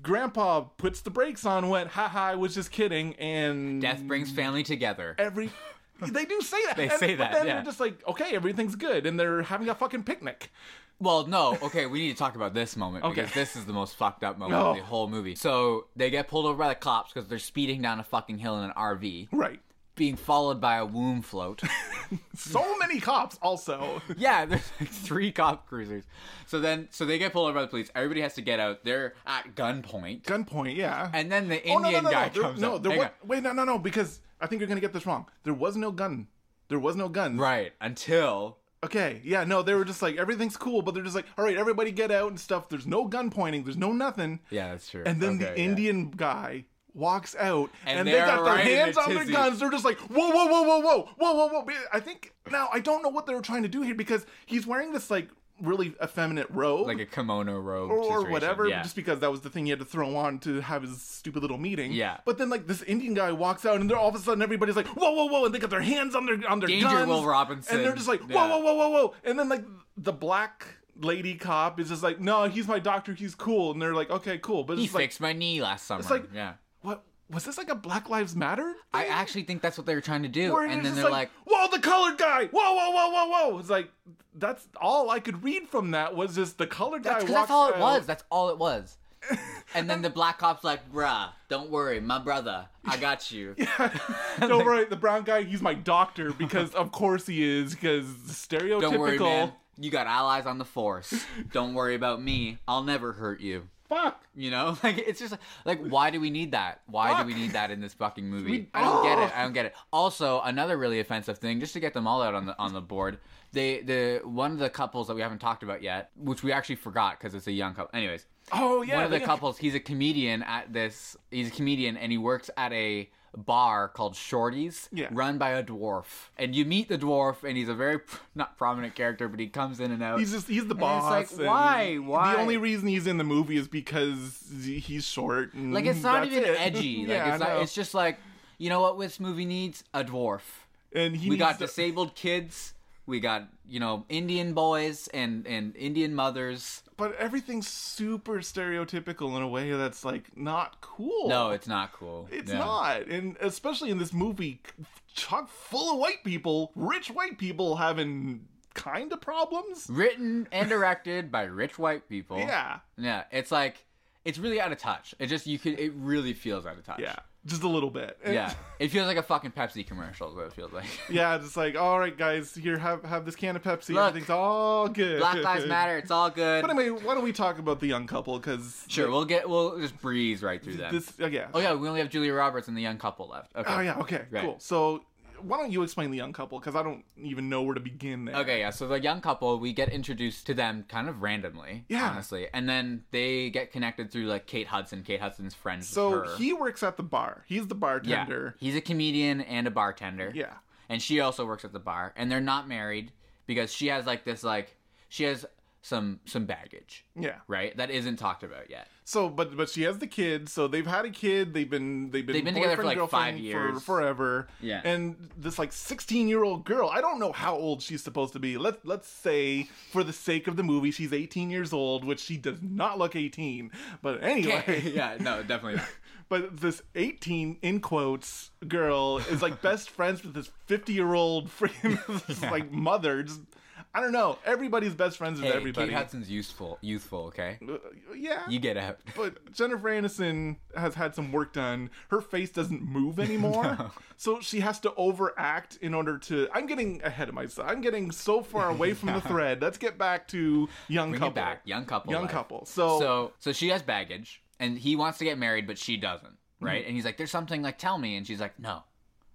B: Grandpa puts the brakes on, went, haha, I was just kidding, and
A: death brings family together
B: every. They do say that.
A: They
B: and-
A: say
B: but
A: that,
B: Then
A: yeah.
B: they're just like, okay, everything's good, and they're having a fucking picnic.
A: Well, no. Okay, we need to talk about this moment
B: Okay.
A: because this is the most fucked up moment
B: No.
A: of the whole movie. So they get pulled over by the cops because they're speeding down a fucking hill in an RV,
B: Right.
A: being followed by a womb float.
B: So many cops. Also,
A: yeah, there's like three cop cruisers. So then, so they get pulled over by the police. Everybody has to get out. They're at gunpoint,
B: gunpoint. Yeah.
A: and then the
B: Oh, no,
A: Indian
B: no, no,
A: guy
B: no. There-
A: comes
B: no,
A: up.
B: there
A: Hang
B: wa-
A: on.
B: wait, no, no, no, because I think you're gonna get this wrong. There was no gun. There was no gun.
A: Right until
B: Okay. Yeah. No, they were just like everything's cool, but they're just like, all right, everybody get out and stuff. There's no gun pointing. There's no nothing.
A: yeah, that's true.
B: And then
A: Okay,
B: the
A: yeah.
B: Indian guy walks out,
A: And
B: and, they
A: they're
B: got their
A: right in
B: hands
A: the
B: on their
A: tizzy.
B: guns. They're just like, whoa, whoa, whoa, whoa, whoa, whoa, whoa, whoa. I think now I don't know what they were trying to do here because he's wearing this like really effeminate robe.
A: like a kimono robe
B: or
A: situation.
B: whatever,
A: Yeah.
B: just because that was the thing he had to throw on to have his stupid little meeting.
A: Yeah.
B: But then like this Indian guy walks out, and they're all of a sudden everybody's like, whoa, whoa, whoa, and they got their hands on their on their
A: Danger,
B: guns,
A: Will Robinson.
B: and they're just like, whoa,
A: Yeah.
B: whoa, whoa, whoa, whoa, and then like the black lady cop is just like, no, he's my doctor, he's cool, and they're like, okay, cool, but
A: he
B: it's like,
A: fixed my knee last summer.
B: like-
A: yeah.
B: what was this like a Black Lives Matter?
A: I actually think that's what they were trying to do,
B: Or
A: and then
B: just
A: they're like
B: whoa, the colored guy! Whoa, whoa, whoa, whoa, whoa! It's like that's all I could read from that was just the colored guy.
A: That's, 'cause
B: walks
A: that's all it
B: out.
A: was. That's all it was. And then the black cop's like, bruh, don't worry, my brother, I got you.
B: Don't worry, the brown guy, he's my doctor because of course he is, because stereotypical.
A: Don't worry, man. You got allies on the force. Don't worry about me. I'll never hurt you.
B: Fuck.
A: You know, like it's just like, why do we need that? Why do we
B: Fuck.
A: need that in this fucking movie? I don't get it. I don't get it. Also, another really offensive thing, just to get them all out on the on the board. They the one of the couples that we haven't talked about yet, which we actually forgot because it's a young couple. Anyways,
B: Oh yeah.
A: one of the
B: they-
A: couples he's a comedian at this he's a comedian and he works at a bar called shorty's
B: Yeah.
A: run by a dwarf and you meet the dwarf and he's a very pr- not prominent character but he comes in and out
B: He's just he's the
A: it's
B: boss.
A: like,
B: and
A: why? Why?
B: The only reason he's in the movie is because he's short. And
A: like it's not
B: mm, that's
A: even
B: it.
A: edgy like
B: yeah,
A: it's,
B: I
A: not,
B: know.
A: it's just like you know what this movie needs a dwarf
B: and he
A: we got
B: needs to-
A: disabled kids we got you know indian boys and and indian mothers
B: but everything's super stereotypical in a way that's like not cool.
A: no it's not cool
B: It's
A: No.
B: not, and especially in this movie, chock full of white people, rich white people having kind of problems.
A: written and directed by rich white people
B: Yeah,
A: Yeah, it's like it's really out of touch. It just you could it really feels out of touch.
B: yeah, just a little bit. And-
A: Yeah. It feels like a fucking Pepsi commercial is what it feels like.
B: yeah, just like, all right, guys, here, have have this can of Pepsi.
A: Look.
B: Everything's all good.
A: Black Lives Matter, it's all good.
B: But anyway, why don't we talk about the young couple? Because
A: Sure, we'll get we'll just breeze right through that.
B: this, oh, yeah.
A: Oh yeah, we only have Julia Roberts and the young couple left. Okay.
B: Oh, yeah, okay,
A: Right.
B: cool. So why don't you explain the young couple? Because I don't even know where to begin there.
A: Okay, yeah. So the young couple, we get introduced to them kind of randomly,
B: Yeah.
A: honestly, and then they get connected through like Kate Hudson. Kate Hudson's friends.
B: So
A: with her.
B: he works at the bar. He's the
A: yeah,
B: bartender.
A: he's a comedian and a bartender.
B: Yeah.
A: and she also works at the bar, and they're not married because she has like this like she has some some baggage,
B: Yeah.
A: right? That isn't talked about yet.
B: So, but but she has the kid. So they've had a kid. They've been they've been
A: They've been together for,
B: boyfriend,
A: like, five
B: girlfriend
A: years.
B: for forever.
A: Yeah.
B: And this like sixteen year old girl. I don't know how old she's supposed to be. Let let's say for the sake of the movie, she's eighteen years old, which she does not look eighteen. But anyway.
A: yeah, no, definitely not.
B: But this 18 in quotes girl is like best friends with this 50 year old freaking this, like mother. Just, I don't know. Everybody's best friends with
A: Hey,
B: everybody.
A: Kate Hudson's youthful, youthful. Okay,
B: Uh, yeah.
A: you get out.
B: but Jennifer Aniston has had some work done. Her face doesn't move anymore. So she has to overact in order to. I'm getting ahead of myself. I'm getting so far away from the thread. Let's get back to young
A: Bring
B: couple.
A: it back, young couple,
B: Young
A: life.
B: couple. So,
A: so so she has baggage and he wants to get married but she doesn't
B: Mm-hmm.
A: right and he's like there's something like tell me and she's like no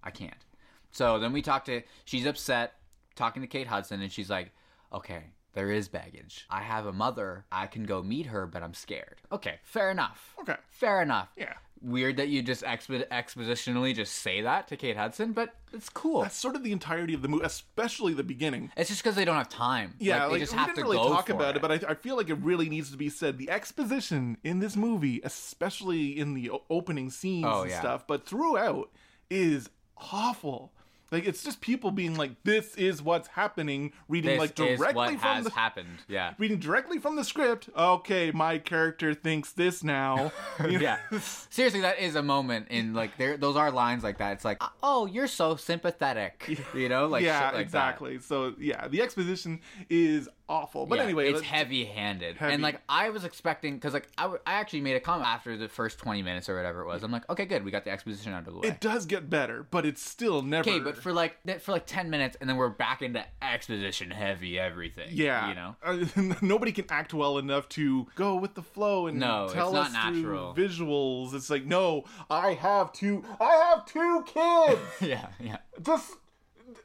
A: i can't so then we talk to she's upset talking to kate hudson and she's like okay there is baggage i have a mother i can go meet her but i'm scared okay fair enough
B: okay.
A: fair enough
B: Yeah.
A: weird that you just expo- expositionally just say that to kate hudson but it's cool
B: That's sort of the entirety of the movie, especially the beginning.
A: it's just because they don't have time like,
B: Yeah, like,
A: they just
B: we
A: have
B: didn't
A: to
B: really
A: go
B: talk
A: for
B: about it, but I, I feel like it really needs to be said. The exposition in this movie, especially in the o- opening scenes
A: Oh,
B: and
A: yeah.
B: stuff, but throughout, is awful. Like it's just people being like, "This is what's happening," reading
A: this
B: like
A: is what
B: directly from
A: has
B: the
A: happened yeah
B: reading directly from the script. Okay, my character thinks this now. You know?
A: yeah. Seriously, that is a moment in like there. Those are lines like that. It's like, oh, you're so sympathetic. You know, like
B: Uh, yeah,
A: shit like That.
B: exactly. So yeah, the exposition is awful. But
A: Yeah,
B: anyway,
A: it's
B: let's-
A: heavy-handed,
B: Heavy.
A: and like I was expecting, because like I, w- I actually made a comment after the first twenty minutes or whatever it was. I'm like, okay, good, we got the exposition out of the way.
B: it does get better, but it's still never.
A: okay, but for like that- for like ten minutes, and then we're back into exposition heavy everything.
B: Yeah,
A: you know,
B: Uh, nobody can act well enough to go with the flow and
A: No, it's
B: tell
A: not
B: us
A: natural.
B: through visuals. It's like, no, I have two, I have two kids.
A: yeah, yeah.
B: Just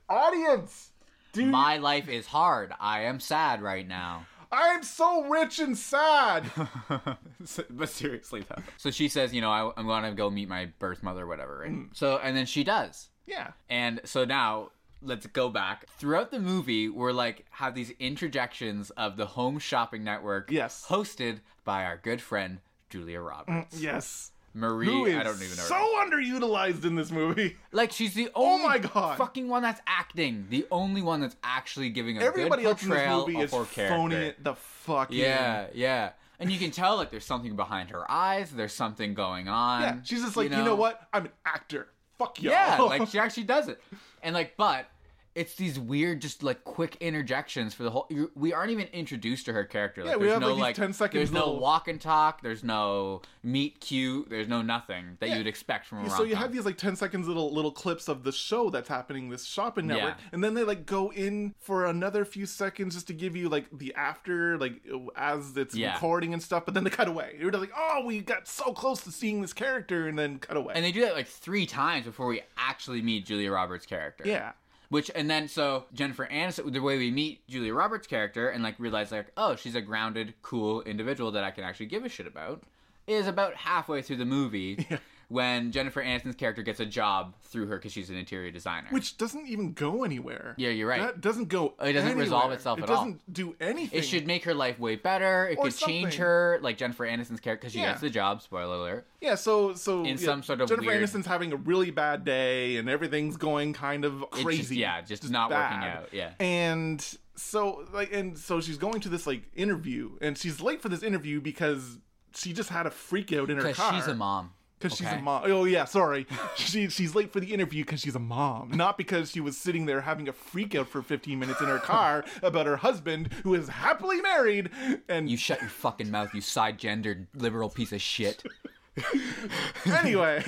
B: audience, dude,
A: My life is hard. I am sad right now.
B: I am so rich and sad.
A: but seriously though. So she says, you know, I, I'm going to go meet my birth mother, whatever. Right?
B: Mm.
A: So and then she does,
B: yeah,
A: and so now let's go back throughout the movie. We're like have these interjections of the Home Shopping Network,
B: Yes.
A: hosted by our good friend Julia Roberts,
B: yes.
A: Marie.
B: Who is
A: I don't even know. her
B: so
A: name.
B: underutilized in this movie?
A: Like she's the only
B: my God.
A: fucking one that's acting, the only one that's actually giving a
B: Everybody
A: good
B: else in this
A: portrayal
B: movie is
A: of her character.
B: phoning it the fuck in.
A: Yeah, yeah. And you can tell like there's something behind her eyes, there's something going on.
B: Yeah, she's just like, you know, what? I'm an actor. Fuck y'all.
A: Yeah, like she actually does it. And like but it's these weird just like quick interjections for the whole you we aren't even introduced to her character. Like
B: Yeah, we
A: there's
B: have,
A: no
B: like, these 10 second
A: there's no
B: little-
A: walk and talk, there's no meet cute, there's no nothing that
B: Yeah.
A: you'd expect from a
B: so you
A: rom-com.
B: have these like 10 seconds little little clips of the show that's happening this shopping network
A: Yeah.
B: and then they like go in for another few seconds just to give you like the after like as it's
A: Yeah.
B: recording and stuff but then they cut away you're just like oh we got so close to seeing this character and then cut away
A: and they do that like three times before we actually meet Julia Roberts' character.
B: yeah
A: Which and then so Jennifer Aniston, the way we meet Julia Roberts' character and like realize like oh she's a grounded, cool individual that I can actually give a shit about, is about halfway through the movie when Jennifer Aniston's character gets a job through her because she's an interior designer.
B: which doesn't even go anywhere
A: Yeah, you're right.
B: that doesn't go
A: It doesn't resolve
B: anywhere.
A: itself
B: it
A: at all.
B: doesn't do anything
A: it should make her life way better. It
B: Or
A: could change
B: something.
A: her like Jennifer Aniston's character because she
B: Yeah.
A: gets the job. Spoiler alert.
B: Yeah, so so
A: In
B: yeah,
A: some sort of
B: Jennifer
A: weird-
B: Aniston's having a really bad day, and everything's going kind of
A: just-
B: crazy.
A: yeah, just not working out, yeah.
B: and so like and so she's going to this like interview, and she's late for this interview because she just had a freak out in her
A: Because
B: car
A: she's a mom.
B: because she's
A: okay?
B: a mom. Oh yeah, sorry, she she's late for the interview because she's a mom, not because she was sitting there having a freak out for 15 minutes in her car about her husband who is happily married and
A: You shut your fucking mouth, you side gendered liberal piece of shit.
B: anyway.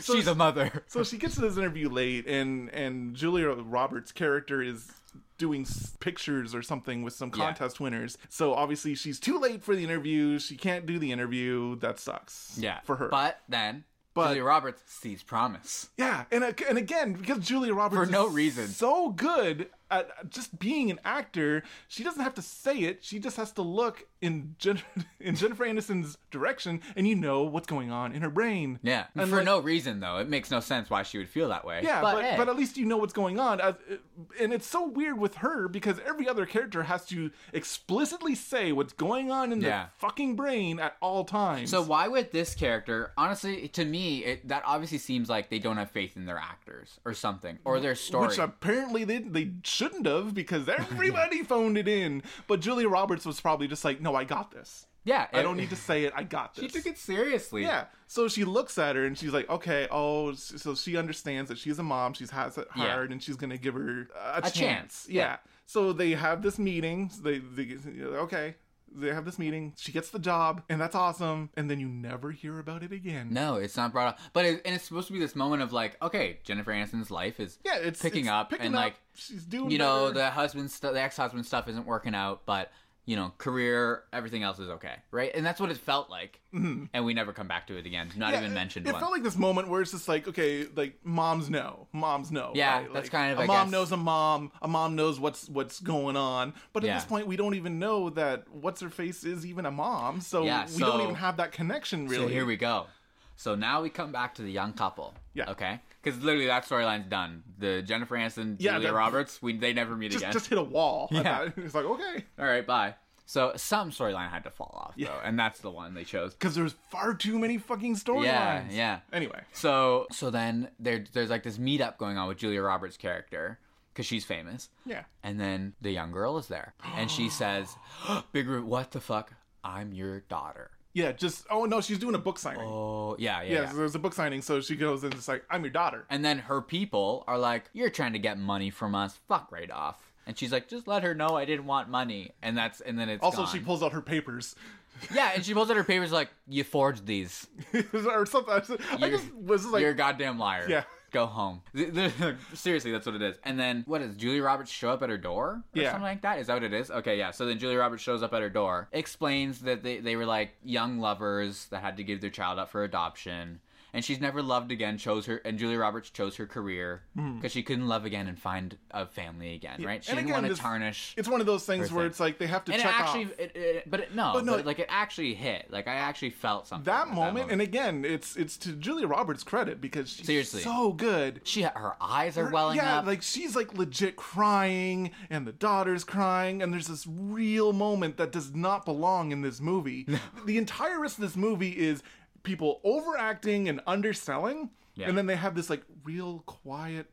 A: she's a mother.
B: so she gets to this interview late and and julia roberts character is doing s- pictures or something with some
A: Yeah.
B: contest winners so obviously she's too late for the interview she can't do the interview that sucks
A: Yeah.
B: for her
A: But then
B: But
A: Julia Roberts sees promise.
B: yeah, and ag- and again because Julia Roberts
A: For no
B: is
A: reason.
B: so good at just being an actor, she doesn't have to say it. She just has to look in Jen- in Jennifer Aniston's direction, and you know what's going on in her brain.
A: Yeah,
B: And
A: for
B: like-
A: no reason though. It makes no sense why she would feel that way.
B: Yeah, but, but,
A: hey.
B: at least you know what's going on. As- eh, And it's so weird with her because every other character has to explicitly say what's going on in
A: Yeah.
B: their fucking brain at all times.
A: So why would this character? Honestly, to me, it, that obviously seems like they don't have faith in their actors or something or their story.
B: Which apparently they, they shouldn't have because everybody phoned it in. But Julia Roberts was probably just like, no, I got this.
A: yeah,
B: I don't need to say it. I got this.
A: Eh. She took it seriously.
B: Yeah. So she looks at her and she's like, okay, oh, so she understands that she's a mom. She's has it
A: Yeah.
B: hard and she's going to give her a,
A: chance.
B: Yeah.
A: Yeah.
B: So they have this meeting. So they, they, okay, they have this meeting. She gets the job and that's awesome. And then you never hear about it again.
A: No, it's not brought up. But it, and it's supposed to be this moment of like, okay, Jennifer Aniston's life is
B: Yeah. It's
A: picking
B: it's
A: up
B: picking
A: and
B: up.
A: like
B: she's doing,
A: you know
B: better.
A: the husband stu the ex-husband stuff isn't working out, but you know career everything else is okay, right? And that's what it felt like. And we never come back to it again. Not
B: Mm-hmm. Yeah,
A: even
B: it-
A: mentioned
B: It
A: once.
B: felt like this moment where it's just like, okay, like moms know, moms know.
A: Yeah,
B: right?
A: that's
B: Like,
A: kind of,
B: a
A: I
B: mom
A: guess-
B: knows a mom. A mom knows what's what's going on. But at
A: Yeah.
B: this point, we don't even know that what's her face is even a mom, so
A: Yeah,
B: we don't
A: so-
B: even have that connection really.
A: So here we go. So now we come back to the young couple.
B: Yeah.
A: Okay. Because literally that storyline's done. The Jennifer Aniston,
B: Yeah,
A: Julia
B: that-
A: Roberts, we they never meet
B: just
A: again.
B: just hit a wall. I
A: Yeah.
B: thought. it's like okay,
A: All right, bye. So some storyline had to fall off though, and that's the one they chose.
B: because there's far too many fucking storylines.
A: Yeah, yeah.
B: Anyway,
A: So so then there there's like this meetup going on with Julia Roberts' character because she's famous.
B: yeah.
A: And then the young girl is there, and she says, "Big Root, what the fuck? I'm your daughter."
B: Yeah, just oh no, she's doing a book signing.
A: Oh yeah, yeah.
B: yeah,
A: yeah.
B: So there's a book signing, so she goes and it's like, I'm your daughter.
A: And then her people are like, "You're trying to get money from us. Fuck right off." And she's like, "Just let her know I didn't want money." And that's and then it's
B: Also,
A: gone.
B: she pulls out her papers.
A: yeah, and she pulls out her papers like, "You forged these.
B: or something. I just- I
A: You're-
B: just was just like,
A: You're a goddamn liar.
B: Yeah.
A: Go home." Seriously, that's what it is. And then what is Julia Roberts show up at her door or
B: Yeah.
A: something like that? Is that what it is? Okay, yeah. So then Julia Roberts shows up at her door, explains that they they were like young lovers that had to give their child up for adoption. And she's never loved again. Chose her, and Julia Roberts chose her career because she couldn't love again and find a family again, right? She
B: Hmm.
A: didn't
B: and again,
A: want to
B: this-
A: tarnish.
B: It's one of those things where
A: thing.
B: it's like they have to
A: and it
B: check
A: actually,
B: off
A: it, it, but it, no, but
B: no,
A: it- like it actually hit. Like I actually felt something. at
B: that moment. And again, it's it's to Julia Roberts' credit because she's
A: Seriously.
B: so good.
A: she, her eyes are welling
B: yeah,
A: up.
B: like she's like legit crying, and the daughter's crying, and there's this real moment that does not belong in this movie. the entire rest of this movie is people overacting and underselling,
A: Yeah.
B: and then they have this like real quiet.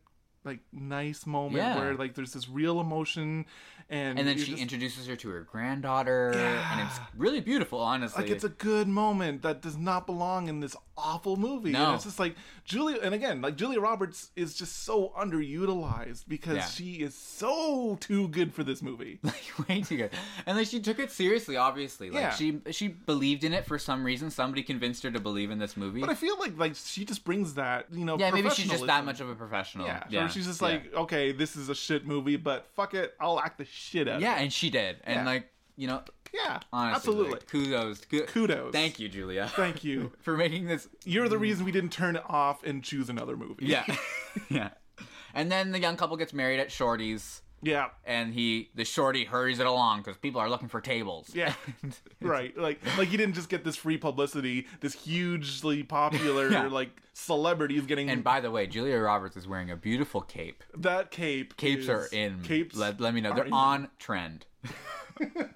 B: Like nice moment
A: Yeah.
B: where like there's this real emotion, and
A: and then
B: you're
A: she
B: just-
A: introduces her to her granddaughter, and it's
B: Yeah.
A: really beautiful, honestly.
B: Like it's a good moment that does not belong in this awful movie.
A: No.
B: And it's just like Julia and again, like Julia Roberts is just so underutilized because
A: Yeah.
B: she is so too good for this movie.
A: like way too good. And then she took it seriously, obviously. Like
B: Yeah.
A: she she believed in it for some reason. Somebody convinced her to believe in this movie.
B: But I feel like like she just brings that, you know,
A: yeah, maybe she's just that
B: professionalism.
A: much of a professional.
B: yeah.
A: yeah.
B: So she's just
A: yeah.
B: like, okay, this is a shit movie, but fuck it, I'll act the shit out. of
A: yeah,
B: it.
A: and she did, and
B: Yeah.
A: like you know,
B: yeah,
A: honestly,
B: absolutely.
A: like, kudos, Good-
B: Kudos.
A: Thank you, Julia.
B: Thank you.
A: for making this.
B: You're the reason we didn't turn it off and choose another movie.
A: Yeah, yeah. And then the young couple gets married at Shorty's.
B: yeah.
A: And he, the shorty, hurries it along because people are looking for tables.
B: Yeah. right. Like like you didn't just get this free publicity, this hugely popular
A: Yeah.
B: like celebrity is getting
A: And by the way, Julia Roberts is wearing a beautiful cape.
B: that cape.
A: Capes
B: is-
A: are in.
B: Capes.
A: Let, let me know.
B: are
A: They're
B: in.
A: on trend.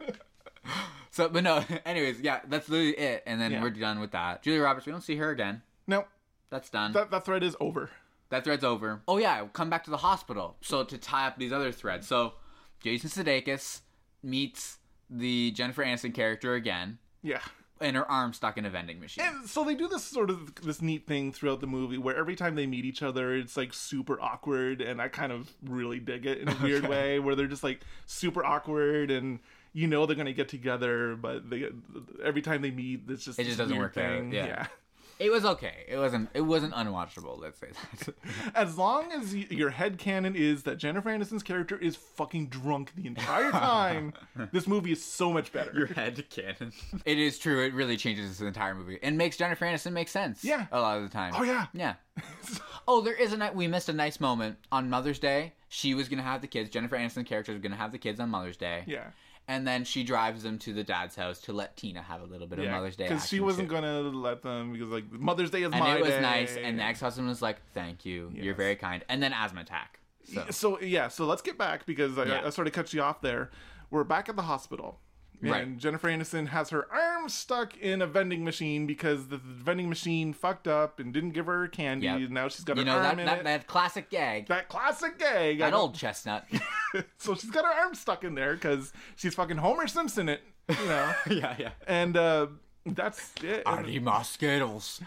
A: so, but no. Anyways, yeah, that's literally it. And then
B: Yeah.
A: we're done with that. Julia Roberts, we don't see her again.
B: No,
A: That's done. That,
B: that that thread is over.
A: thread's over. Oh yeah, come back to the hospital. So to tie up these other threads. So Jason Sudeikis meets the Jennifer Aniston character again,
B: Yeah.
A: and her arm stuck in a vending machine.
B: And so they do this sort of this neat thing throughout the movie where every time they meet each other, it's like super awkward, and I kind of really dig it in a weird way where they're just like super awkward and. You know they're gonna get together, but they, every time they meet, it's just
A: It just
B: this
A: doesn't
B: weird
A: work out,
B: thing.
A: yeah.
B: yeah.
A: It was okay. It wasn't. It wasn't unwatchable. Let's say that.
B: As long as y- your head canon is that Jennifer Aniston's character is fucking drunk the entire time, this movie is so much better.
A: head cannon. It is true. It really changes this entire movie and makes Jennifer Aniston make sense.
B: Yeah.
A: a lot of the time.
B: Oh, yeah.
A: yeah. Oh, there is a night we missed a nice moment on Mother's Day. She was gonna have the kids. Jennifer Aniston's character was gonna have the kids on Mother's Day.
B: yeah.
A: and then she drives them to the dad's house to let Tina have a little bit of Mother's Day
B: Because she
A: action,
B: wasn't
A: too.
B: gonna let them because like Mother's Day is
A: And
B: my
A: it was
B: day.
A: nice. And the ex-husband was like, "Thank you. You're
B: Yes.
A: very kind." And then asthma attack. So.
B: Yeah, so yeah, so let's get back because I,
A: Yeah.
B: I sort of cut you off there. We're back at the hospital. And
A: Right.
B: Jennifer Aniston has her arm stuck in a vending machine because the vending machine fucked up and didn't give her candy.
A: Yep.
B: And now she's got
A: You
B: an
A: know that,
B: arm in
A: that
B: it.
A: that classic gag,
B: That classic gag. I
A: that
B: know.
A: old chestnut.
B: So she's got her arm stuck in there because she's fucking Homer Simpson it, you know.
A: yeah, yeah.
B: and uh, that's it. And-
A: Artie Mosquitoes.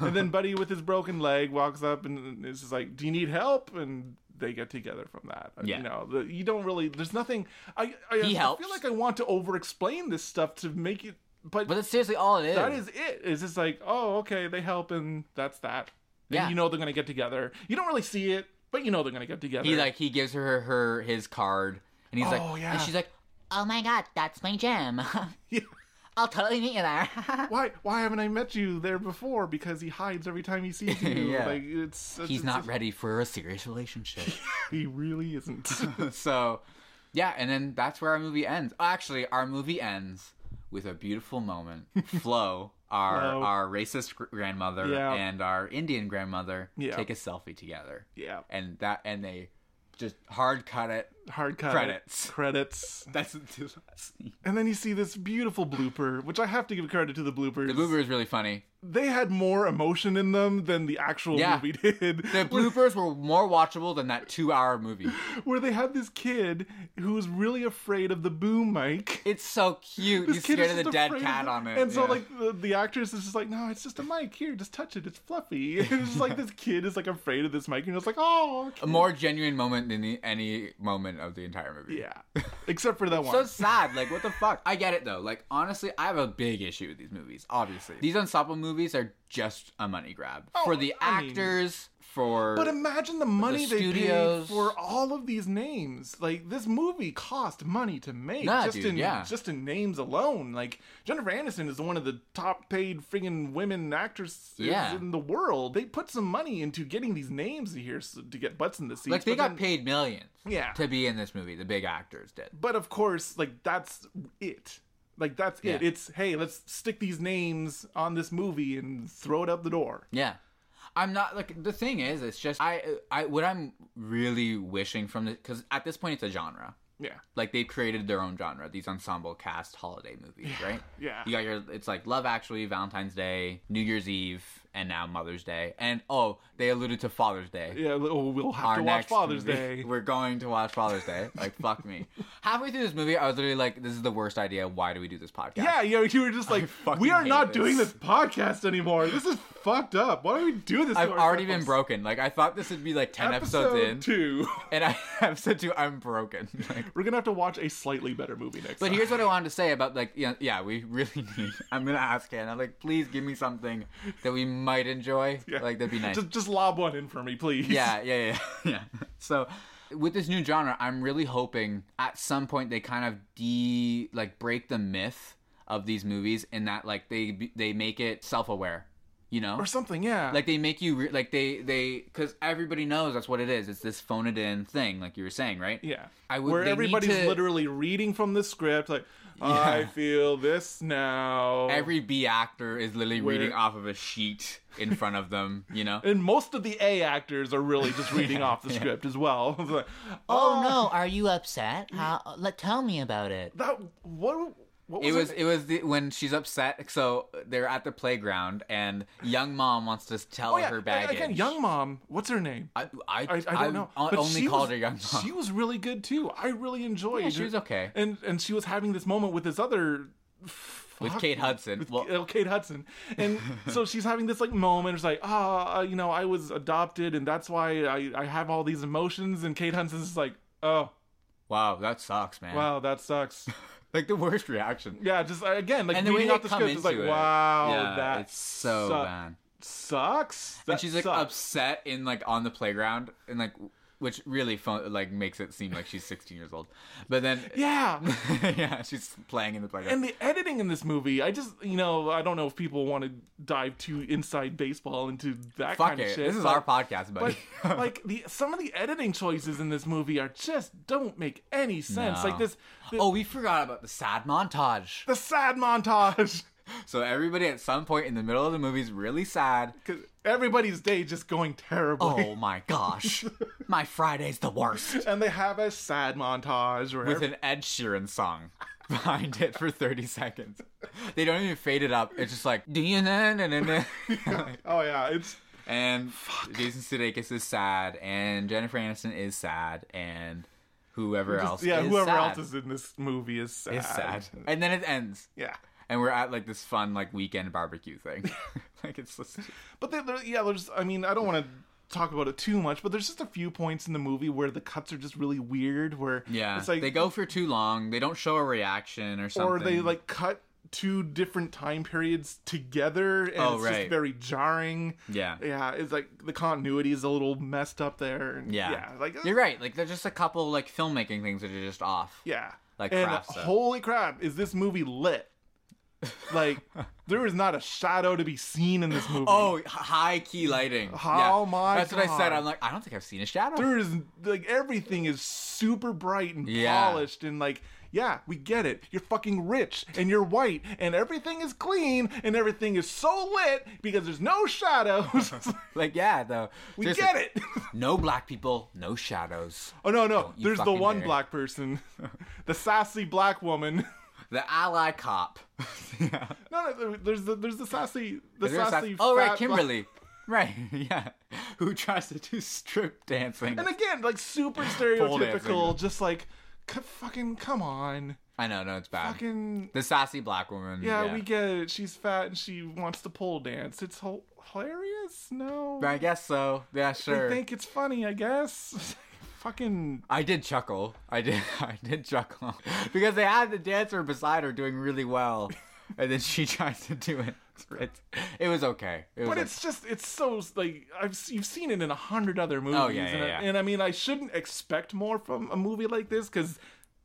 B: and then Buddy with his broken leg walks up and is just like, "Do you need help?" And they get together from that. Uh,
A: Yeah.
B: You know, the, you don't really. There's nothing. I I,
A: He
B: I
A: helps.
B: feel like I want to over-explain this stuff to make it, but,
A: But that's seriously all it is.
B: that is it. It's just like, oh, okay, they help and that's that. And
A: Yeah.
B: you know they're gonna get together. You don't really see it, but you know they're gonna get together.
A: He like he gives her her his card, and he's
B: Oh,
A: like,
B: yeah.
A: and she's like, "Oh my god, that's my gym.
B: Yeah.
A: I'll totally meet you there."
B: why why haven't I met you there before? Because he hides every time he sees you.
A: Yeah.
B: Like it's, it's
A: He's
B: it's-
A: not ready for a serious relationship.
B: He really isn't.
A: so, yeah, and then that's where our movie ends. Oh, Actually, our movie ends with a beautiful moment. Flo, our
B: Flo.
A: our racist gr- grandmother
B: Yeah.
A: and our Indian grandmother
B: Yeah.
A: take a selfie together,
B: yeah.
A: and that and they just hard cut it.
B: Hard cut.
A: Credits.
B: Credits.
A: That's the last scene.
B: And then you see this beautiful blooper, which I have to give credit to the bloopers.
A: The blooper is really funny.
B: They had more emotion in them than the actual
A: Yeah.
B: movie did.
A: The bloopers were more watchable than that two-hour movie.
B: Where they had this kid who was really afraid of the boom mic.
A: It's so cute.
B: This
A: He's
B: kid
A: scared of
B: is
A: the
B: just
A: dead
B: afraid of
A: cat
B: it.
A: on it.
B: And so,
A: yeah.
B: like, the, the actress is just like, no, it's just a mic. Here, just touch it. It's fluffy. And it's just like this kid is like afraid of this mic. And it's like, oh,
A: a
B: kid."
A: more genuine moment than the, any moment of the entire movie.
B: yeah. Except for that one.
A: So sad. Like, what the fuck? I get it though. Like, honestly, I have a big issue with these movies. Obviously, these unstoppable movies are just a money grab for the
B: Oh, I mean-
A: actors. for
B: But imagine the money they paid
A: studios.
B: for all of these names. Like this movie cost money to make
A: Nah,
B: just
A: dude,
B: in
A: yeah.
B: just in names alone. Like Jennifer Aniston is one of the top paid friggin' women actresses
A: Yeah.
B: in the world. They put some money into getting these names here so, to get butts in the seats.
A: like, they
B: but
A: got
B: then-
A: paid millions.
B: Yeah.
A: To be in this movie, the big actors did.
B: But of course, like that's it. Like that's it.
A: Yeah.
B: It's hey, let's stick these names on this movie and throw it out the door.
A: Yeah. I'm not like the thing is it's just I I what I'm really wishing from this cuz at this point it's a genre.
B: Yeah.
A: Like they've created their own genre, these ensemble cast holiday movies, right?
B: Yeah.
A: You got your it's like Love Actually, Valentine's Day, New Year's Eve, and now Mother's Day. And oh, they alluded to Father's Day.
B: Yeah, oh, we'll have to watch Father's
A: movie-
B: Day.
A: We're going to watch Father's Day. Like fuck me. Halfway through this movie, I was literally like, "This is the worst idea. Why do we do this podcast?"
B: Yeah, yeah, you were just like,
A: fucking
B: we are
A: hate
B: not
A: this."
B: doing this podcast anymore. This is fucked up. Why do we do this? to
A: I've already been
B: ourselves?"
A: broken. Like I thought this would be like ten
B: Episode
A: episodes in.
B: two.
A: and I have said to I'm broken. Like,
B: We're gonna have to watch a slightly better movie next.
A: but
B: time.
A: here's what I wanted to say about like you know, yeah, we really need. I'm gonna ask Hannah like, please give me something that we might enjoy.
B: Yeah.
A: Like that'd be nice.
B: Just, just lob one in for me, please.
A: yeah, yeah, yeah, yeah. So with this new genre, I'm really hoping at some point they kind of de like break the myth of these movies in that like they they make it self aware. You know,
B: or something. Yeah,
A: like they make you re- like they they because everybody knows that's what it is. It's this phone it in thing, like you were saying, right?
B: yeah,
A: I would-
B: where
A: they need
B: everybody's
A: to-
B: literally reading from the script. Like, I
A: Yeah.
B: feel this now.
A: Every B actor is literally
B: Where-
A: reading off of a sheet in front of them, you know?
B: and most of the A actors are really just reading off the script as well. It's like,
C: Oh no, are you upset? How, let tell me about it.
B: that what? What
A: It
B: was
A: was it was the, when she's upset. So they're at the playground, and young mom wants to tell
B: Oh yeah,
A: her baggage.
B: again, young mom. What's her name?
A: I I,
B: I, I don't know.
A: o-
B: But
A: only
B: she
A: called
B: was-
A: her young mom.
B: She was really good too. I really enjoyed.
A: Yeah, she was okay.
B: And and she was having this moment with this other.
A: With
B: fuck-
A: Kate Hudson.
B: with
A: Well-
B: K- oh, Kate Hudson, and so she's having this like moment. It's like, ah, uh, you know, I was adopted, and that's why I I have all these emotions. And Kate Hudson's just like, oh,
A: wow, that sucks, man.
B: wow, that sucks.
A: like the worst reaction.
B: Yeah, just uh, again, like
A: And the way
B: reading
A: they
B: off the
A: come
B: script
A: into
B: is like,
A: it,
B: wow,
A: yeah,
B: that
A: it's so
B: suck-
A: bad.
B: sucks. That
A: and she's like
B: sucks.
A: upset in like on the playground and like which really fun, like makes it seem like she's 16 years old but then
B: Yeah,
A: yeah she's playing in the playground
B: and the editing in this movie, I just you know, I don't know if people want to dive too inside baseball into that
A: fuck
B: kind
A: it
B: of shit.
A: this is
B: but-
A: our podcast buddy
B: But like the some of the editing choices in this movie are just don't make any sense.
A: No.
B: Like this, the,
A: oh we forgot about the sad montage
B: the sad montage.
A: so everybody at some point in the middle of the movie is really sad
B: 'Cause everybody's day just going terribly.
A: oh my gosh my friday's the worst
B: And they have a sad montage where
A: Oh. with an Ed Sheeran song behind it for 30 seconds. They don't even fade it up. It's just like "Dee-na-na-na-na."
B: oh yeah, it's
A: and Jason Sudeikis is sad, and Jennifer Aniston is sad, and whoever else,
B: yeah,
A: is
B: whoever
A: sad
B: else is in this movie is sad.
A: is sad. And then it ends,
B: Yeah.
A: and we're at like this fun like weekend barbecue thing. like it's just,
B: But there, there- yeah, there's. I mean, I don't want to talk about it too much, but there's just a few points in the movie where the cuts are just really weird. Where
A: yeah,
B: it's like
A: they go for too long. They don't show a reaction or something.
B: or they like cut two different time periods together, and
A: Oh,
B: it's
A: right.
B: just very jarring.
A: yeah.
B: Yeah, it's like the continuity is a little messed up there. and
A: Yeah.
B: yeah, like
A: You're right. Like there's just a couple like filmmaking things that are just off.
B: Yeah.
A: Like
B: and
A: crap stuff.
B: holy crap, is this movie lit? Like there is not a shadow to be seen in this movie.
A: Oh, h- high key lighting.
B: Oh my
A: That's what I said.
B: God.
A: I'm like, I don't think I've seen a shadow.
B: there is like everything is super bright and
A: Yeah.
B: polished and like yeah, we get it. You're fucking rich and you're white and everything is clean and everything is so lit because there's no shadows.
A: Like, yeah, though.
B: we get it.
A: No black people, no shadows.
B: oh no, no.
A: Don't you
B: There's the
A: fucking
B: one
A: dare.
B: black person. the sassy black woman.
A: The ally cop. yeah.
B: No, no, there- there's the there's the sassy the
A: There's that-
B: sassy
A: oh, right,
B: fat black-
A: Kimberly. Right, yeah. Who tries to do strip dancing.
B: And again, like super
A: dancing.
B: stereotypical, just like, c- fucking, come on,
A: I know, no, it's bad.
B: fucking,
A: The sassy black woman.
B: yeah, we get it. She's fat and she wants to pole dance. It's ho- hilarious. No,
A: I guess so. Yeah,
B: I
A: sure.
B: think it's funny. I guess. fucking.
A: I did chuckle. I did. I did chuckle because they had the dancer beside her doing really well, and then she tries to do it. It, it was okay. It was
B: But
A: okay.
B: it's just it's so like I've s- you've seen it in a hundred other movies,
A: Oh, yeah,
B: and,
A: yeah,
B: I,
A: yeah.
B: and I mean I shouldn't expect more from a movie like this because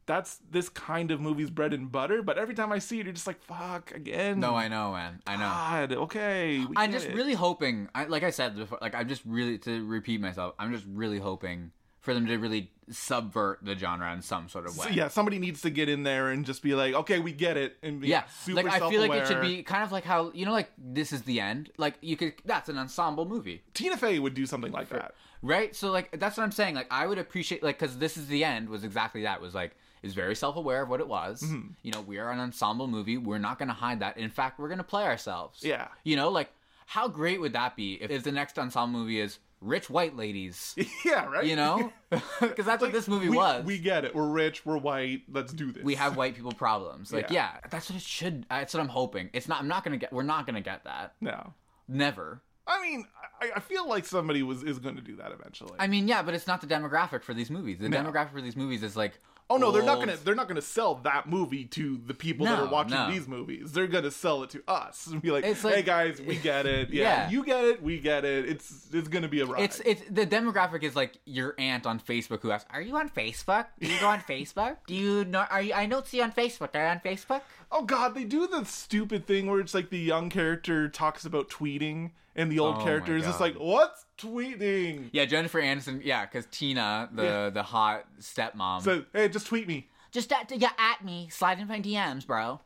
B: that's this kind of movie's bread and butter. But every time I see it, you're just like fuck again.
A: no, "Oh, I know, man. I know.
B: God, okay. we
A: I'm
B: get
A: just
B: it.
A: really hoping. I, like I said before, like I'm just really to repeat myself. I'm just really hoping for them to really subvert the genre in some sort of way.
B: So, yeah, somebody needs to get in there and just be like, okay, we get it, and be
A: Yeah,
B: super
A: like I feel like it should
B: self-aware.
A: be kind of like how you know, like this is the end. Like you could, that's an ensemble movie.
B: Tina Fey would do something like that.
A: right so like that's what i'm saying like i would appreciate like because this is the end was exactly that was like is very self-aware of what it was
B: Mm-hmm.
A: you know we are an ensemble movie we're not gonna hide that in fact we're gonna play ourselves
B: Yeah.
A: you know like how great would that be if, if the next ensemble movie is rich white ladies
B: yeah, right.
A: you know because that's what this movie
B: we,
A: was
B: We get it. We're rich. We're white. Let's do this.
A: we have white people problems like yeah.
B: Yeah.
A: that's what it should that's what i'm hoping it's not i'm not gonna get we're not gonna get that
B: no.
A: never
B: I mean, I, I feel like somebody was is going to do that eventually.
A: i mean yeah but it's not the demographic for these movies the demographic for these movies is like
B: oh no, they're not
A: old-
B: gonna they're not gonna sell that movie to the people that
A: No,
B: are watching
A: no.
B: these movies. They're gonna sell it to us and be like,
A: It's
B: hey
A: like-
B: guys, we get it. Yeah,
A: Yeah.
B: you get it. We get it. It's it's gonna be a ride.
A: It's it's the demographic is like your aunt on Facebook who asks,
C: Are you on Facebook? Do you go on Facebook? Do you know? Are you? I don't see you on Facebook. Are you on Facebook?
B: Oh god, they do the stupid thing where it's like the young character talks about tweeting and the old
A: Oh my
B: character is just
A: God.
B: like, "What's tweeting?"
A: "Yeah, Jennifer Aniston, yeah, because Tina, the
B: Yeah.
A: the hot stepmom,
B: So, "Hey, just tweet me."
C: Just at, yeah, at me. Slide in my DMs, bro.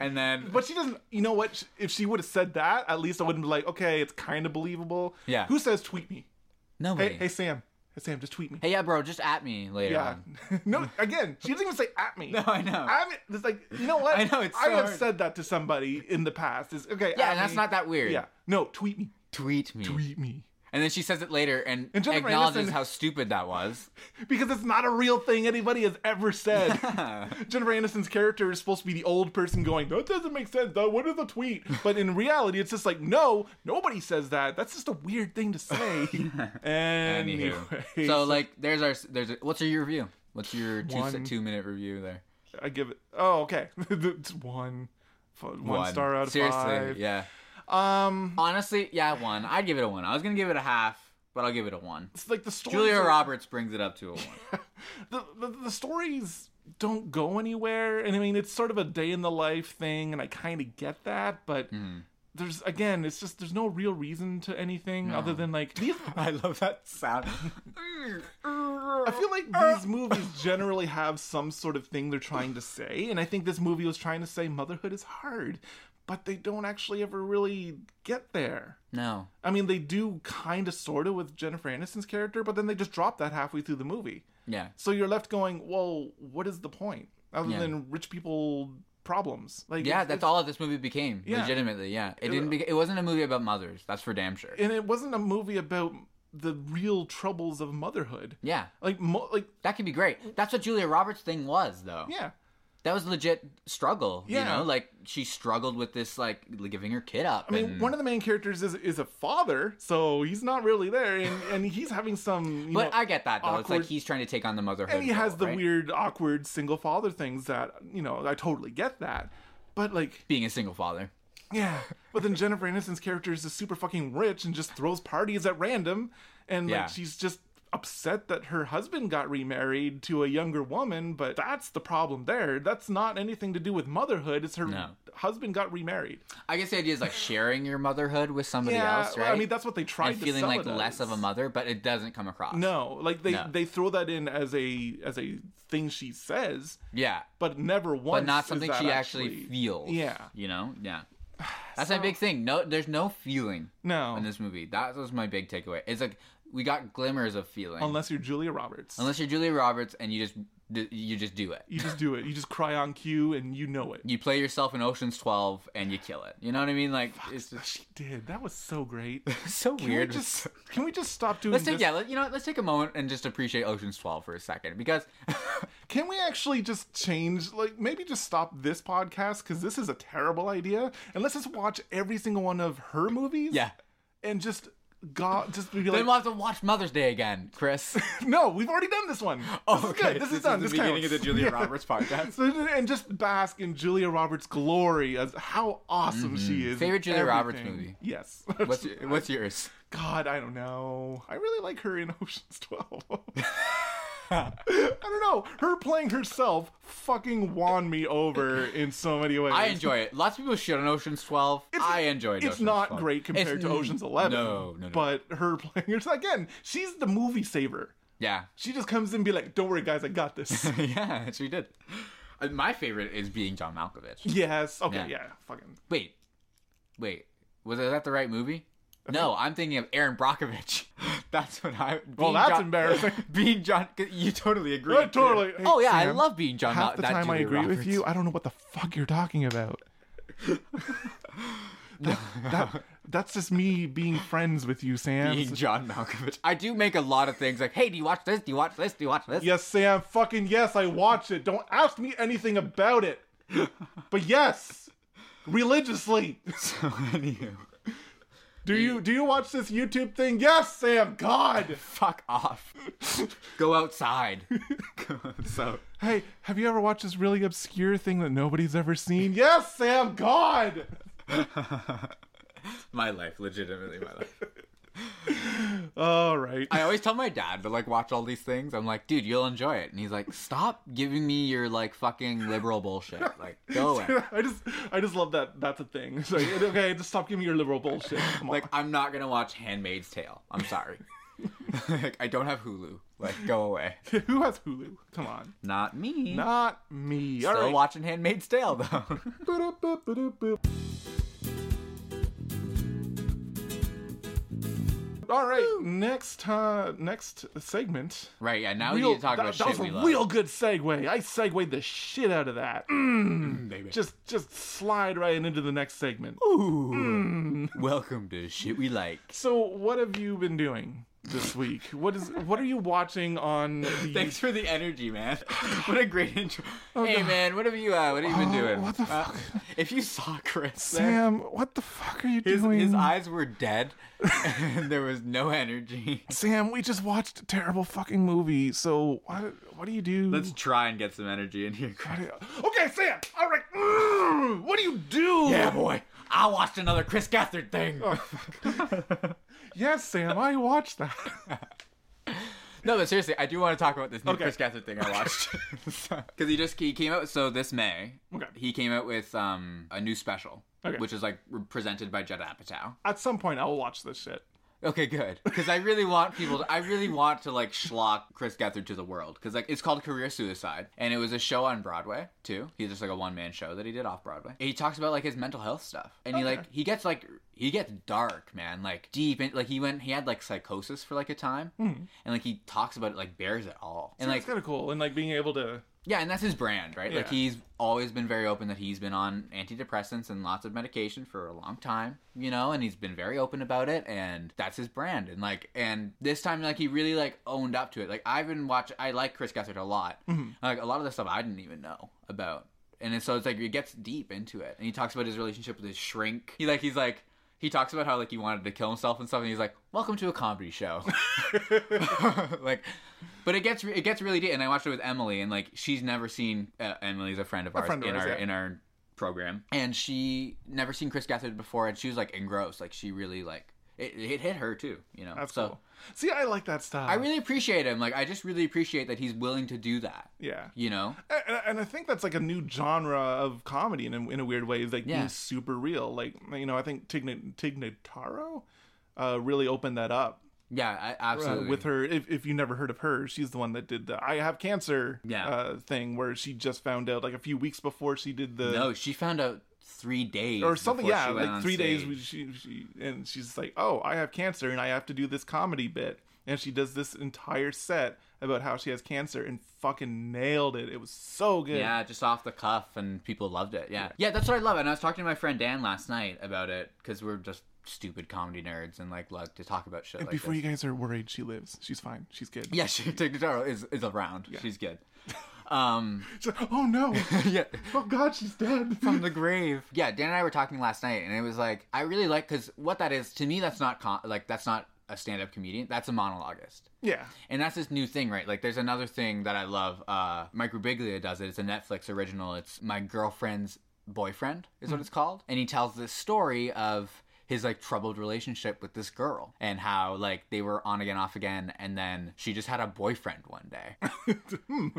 A: and then
B: But she doesn't, you know what? Sh- If she would have said that, at least I wouldn't be like, "Okay, it's kind of believable."
A: Yeah.
B: Who says tweet me?
A: nobody,
B: Hey,
A: hey,
B: hey Sam. Hey Sam, just tweet me.
A: yeah, bro, just at me later."
B: yeah.
A: on.
B: no, again, she doesn't even say at me.
A: No, I know.
B: I'm it's like, you know what?
A: I know, it's
B: I
A: so
B: have
A: hard.
B: said that to somebody in the past. Is okay.
A: yeah,
B: at
A: and that's
B: me.
A: not that weird.
B: Yeah. No, tweet me.
A: tweet me,
B: Tweet me.
A: and then she says it later and,
B: And Jennifer
A: acknowledges
B: Aniston-
A: how stupid that was.
B: because it's not a real thing anybody has ever said. Jennifer Aniston's character is supposed to be the old person going, "That doesn't make sense. That what is a tweet?" But in reality, it's just like, "No, nobody says that. That's just a weird thing to say." anyway,
A: Anywho, so like, there's our there's a, what's your review? What's your two
B: One.
A: two minute review there?
B: I give it. Oh, okay. it's one, f- one
A: One.
B: star out of
A: Seriously,
B: five.
A: yeah.
B: Um,
A: Honestly, yeah, one. I'd give it a one. I was gonna give it a half, but I'll give it a one.
B: it's like the stories.
A: Julia
B: are-
A: Roberts brings it up to a one.
B: the, the the stories don't go anywhere, and I mean it's sort of a day in the life thing, and I kind of get that, but.
A: Mm. Mm-hmm.
B: There's again, it's just there's no real reason to anything other than like these
A: I love that sound.
B: I feel like these movies generally have some sort of thing they're trying to say, and I think this movie was trying to say motherhood is hard, but they don't actually ever really get there.
A: no.
B: I mean, they do kind of sort of with Jennifer Aniston's character, but then they just drop that halfway through the movie.
A: Yeah.
B: So you're left going, well, what is the point other
A: Yeah.
B: than rich people problems? Like,
A: Yeah,
B: it's-
A: that's
B: it's-
A: all this movie became.
B: Yeah.
A: Legitimately, yeah. It didn't. Be- it wasn't a movie about mothers. That's for damn sure.
B: And it wasn't a movie about the real troubles of motherhood.
A: Yeah,
B: Like, mo- like,
A: that could be great. That's what Julia Roberts' thing was, though.
B: yeah.
A: That was legit struggle. You
B: Yeah.
A: know, like she struggled with this, like li- giving her kid up.
B: I mean,
A: and-
B: one of the main characters is is a father, so he's not really there, and, and he's having some. You
A: But
B: know,
A: I get that though. It's like
B: awkward-
A: he's trying to take on the motherhood.
B: and he has
A: role,
B: the
A: right?
B: weird, awkward single father things that you know. I totally get that, but like,
A: being a single father.
B: yeah. But then Jennifer Aniston's character is just super fucking rich and just throws parties at random, and
A: Yeah.
B: like she's just upset that her husband got remarried to a younger woman. But that's the problem there. That's not anything to do with motherhood. It's her
A: No.
B: husband got remarried.
A: I guess the idea is like sharing your motherhood with somebody
B: yeah,
A: else,
B: well,
A: right?
B: I mean that's what they tried
A: and
B: to
A: feeling
B: sell
A: like
B: it
A: less
B: as.
A: of a mother, but it doesn't come across.
B: No, like they
A: No.
B: they throw that in as a as a thing she says,
A: Yeah.
B: but never once.
A: But not
B: is
A: something
B: that
A: she actually, feels.
B: Yeah.
A: You know? Yeah. That's my big thing. No there's no feeling
B: No,
A: in this movie. That was my big takeaway. It's like we got glimmers of feeling.
B: unless you're Julia Roberts,
A: Unless you're Julia Roberts and you just you just do it.
B: you just do it. You just cry on cue, and you know it.
A: You play yourself in Ocean's 12 and you kill it. You know what I mean? Like it's just
B: She did. That was so great.
A: so
B: Can
A: weird.
B: we just can we just stop doing
A: Let's
B: this?
A: take yeah, let, you know, what, let's take a moment and just appreciate Ocean's 12 for a second because
B: Can we actually just change? Like maybe just stop this podcast because this is a terrible idea. And let's just watch every single one of her movies.
A: yeah,
B: and just God, just be
A: then
B: like,
A: we'll have to watch Mother's Day again, Chris.
B: no, we've already done this one.
A: Oh,
B: this is
A: okay.
B: good. This, is done.
A: the
B: this
A: beginning
B: counts.
A: of the Julia
B: Yeah.
A: Roberts podcast.
B: So, and just bask in Julia Roberts' glory as how awesome she is. in
A: Mm-hmm. Favorite Julia Roberts
B: everything.
A: movie?
B: Yes.
A: What's your, what's yours?
B: God, I don't know. I really like her in Ocean's Twelve. I don't know. Her playing herself fucking won me over in so many ways.
A: I enjoy it. Lots of people shit on Ocean's 12. I enjoyed
B: It's
A: Ocean's
B: not
A: 12.
B: great compared
A: It's-
B: to Ocean's Eleven.
A: No, no, no.
B: But her playing herself again, she's the movie saver.
A: yeah.
B: She just comes in and be like, "Don't worry, guys, I got this."
A: yeah, she did. Uh, My favorite is being John Malkovich.
B: yes. Okay.
A: Yeah.
B: Yeah. Fucking.
A: Wait, wait, was that the right movie? No, I'm thinking of Aaron Brockovich. That's what I.
B: Well,
A: being
B: that's
A: John-
B: embarrassing.
A: Being John, you totally agree.
B: Yeah, totally. Hey,
A: oh yeah, I
B: Sam,
A: love being John.
B: half
A: Mal-
B: the
A: that
B: time I
A: Julia
B: agree with
A: Roberts.
B: you, I don't know what the fuck you're talking about. that, that- that's just me being friends with you, Sam.
A: Being John Malkovich. I do make a lot of things like, hey, do you watch this? Do you watch this? Do you watch this?
B: yes, Sam. Fucking yes, I watch it. Don't ask me anything about it. But yes, religiously.
A: So anywho,
B: Do you do you watch this YouTube thing? Yes, Sam. God.
A: fuck off. Go outside. so
B: Hey, have you ever watched this really obscure thing that nobody's ever seen? Yes, Sam. God.
A: my life, legitimately my life.
B: All right.
A: I always tell my dad to like watch all these things. I'm like, dude, you'll enjoy it, and he's like, stop giving me your like fucking liberal bullshit. Like, go away.
B: I just, I just love that. That's a thing. It's like, okay, just stop giving me your liberal bullshit. Come on.
A: Like, I'm not gonna watch Handmaid's Tale. I'm sorry. like, I don't have Hulu. Like, go away.
B: who has Hulu? Come on,
A: Not me.
B: not me.
A: Still
B: All right.
A: watching Handmaid's Tale though.
B: Boop-doop-boop-doop-boop. All right, next uh, next segment.
A: right? Yeah. Now we
B: Real-
A: need to talk
B: that,
A: about
B: that
A: shit
B: was
A: we
B: a
A: love.
B: real good segue. I segued the shit out of that. Mm.
A: baby.
B: Just just slide right into the next segment.
A: Mm. Ooh. Welcome to shit we like.
B: So, what have you been doing? this week? What is what are you watching on the
A: Thanks for the energy, man. What a great intro. hey, man, what have you? Uh, what have you been
B: Oh,
A: doing?
B: what the
A: Uh,
B: fuck?
A: If you saw Chris, there,
B: Sam, what the fuck are you
A: his
B: doing?
A: his eyes were dead, and there was no energy.
B: Sam, we just watched a terrible fucking movie. So what what do you do?
A: Let's try and get some energy in here, Chris.
B: Okay, Sam. All right. Mm, what do you do?
A: Yeah, boy. I watched another Chris Gethard thing.
B: Oh, Yes, Sam. I watched that.
A: No, but seriously, I do want to talk about this new
B: Okay.
A: Chris Gethard thing I watched because he just he came out. So this May,
B: Okay.
A: he came out with um a new special,
B: Okay.
A: which is like presented by Judd Apatow.
B: At some point, I will watch this shit.
A: Okay, good. Because I really want people. To, I really want to like schlock Chris Gethard to the world. Because like it's called Career Suicide, and it was a show on Broadway too. He's just like a one man show that he did off Broadway. And he talks about like his mental health stuff, and he
B: Okay.
A: like he gets like he gets dark, man. Like deep, and like he went he had like psychosis for like a time, and like he talks about it like bears it all, and
B: That's
A: like
B: kind of cool. And like being able to.
A: yeah, and that's his brand, right? Like
B: Yeah.
A: he's always been very open that he's been on antidepressants and lots of medication for a long time, you know, and he's been very open about it and that's his brand. And like and this time like he really like owned up to it. Like I've been watching I like Chris Gethard a lot. Like a lot of the stuff I didn't even know about. And it's- so it's like he gets deep into it. And he talks about his relationship with his shrink. He like he's like he talks about how like he wanted to kill himself and stuff, and he's like, "Welcome to a comedy show." like, but it gets it gets really deep. And I watched it with Emily, and like she's never seen uh, Emily's a friend of ours
B: friend of
A: in
B: ours,
A: our
B: yeah.
A: in our program, and she never seen Chris Gethard before, and she was like engrossed, like she really like it, it hit her too, you know.
B: That's
A: so
B: cool. See, I like that style.
A: I really appreciate him. Like I just really appreciate that he's willing to do that,
B: Yeah.
A: you know.
B: And, and I think that's like a new genre of comedy in, a- in a weird way is like
A: Yeah.
B: being super real. Like, you know, I think Tigna- Tignataro uh, really opened that up
A: Yeah, I,
B: uh,
A: absolutely.
B: with her. If, if you never heard of her, she's the one that did the I have cancer
A: Yeah.
B: uh, thing where she just found out like a few weeks before she did the.
A: no, she found out three days
B: uh, or something,
A: before
B: yeah,
A: she went
B: like
A: on
B: three days.
A: stage.
B: we- She, she and she's like, "Oh, I have cancer, and I have to do this comedy bit." And she does this entire set about how she has cancer, and fucking nailed it. It was so good.
A: Yeah, just off the cuff, and people loved it. Yeah. Yeah, that's what I love. And I was talking to my friend Dan last night about it because we're just stupid comedy nerds and like love to talk about shit like
B: Before
A: this.
B: you guys are worried, she lives. She's fine. She's good.
A: Yeah, she, Tignataro is, is around. She's good. Um,
B: She's like, oh no!
A: yeah.
B: oh god, she's dead.
A: From the grave. Yeah, Dan and I were talking last night, and it was like, I really like, because what that is, to me, that's not, con- like, that's not a stand up comedian. That's a monologuist.
B: yeah,
A: And that's this new thing, right? Like, there's another thing that I love. Uh, Mike Rubiglia does it. It's a Netflix original. It's My Girlfriend's Boyfriend, is what it's called. And he tells this story of his like troubled relationship with this girl and how like they were on again off again and then she just had a boyfriend one day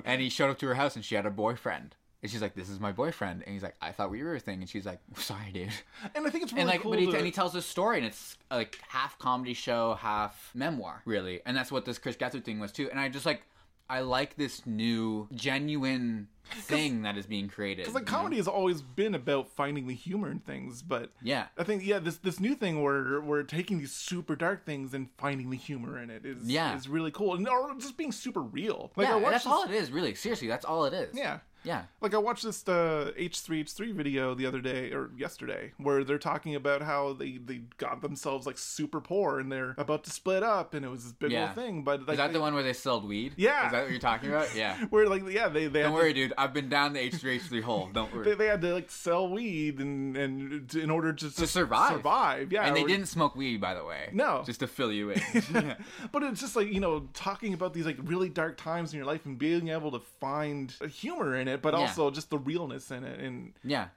A: and he showed up to her house and she had a boyfriend and she's like this is my boyfriend and he's like i thought we were a thing and she's like sorry dude
B: and I think it's really
A: and like
B: cool.
A: but he,
B: to-
A: and he tells this story and it's like half comedy show half memoir really and that's what this chris gethard thing was too and i just like i like this new genuine thing that is being created
B: It's like
A: you know?
B: comedy has always been about finding the humor in things, but
A: Yeah.
B: I think yeah, this this new thing where we're taking these super dark things and finding the humor in it is
A: Yeah.
B: is really cool, and or just being super real. Like
A: yeah,
B: I watched
A: that's
B: this,
A: all it is really seriously that's all it is
B: yeah.
A: yeah
B: Like I watched this uh, H3H3 video the other day or yesterday where they're talking about how they, they got themselves like super poor and they're about to split up and it was this big
A: Yeah.
B: old thing. But like,
A: is that
B: they-
A: the one where they sold weed
B: Yeah.
A: is that what you're talking about yeah
B: where like yeah they they had
A: don't
B: to
A: worry dude i've been down the h3h3 hole don't worry
B: they, they had to like sell weed and and to- in order to, to
A: survive.
B: survive yeah
A: and they
B: or-
A: didn't smoke weed by the way
B: No.
A: just to fill you in Yeah.
B: but it's just like you know talking about these like really dark times in your life and being able to find a humor in it but
A: Yeah.
B: also just the realness in it and
A: Yeah.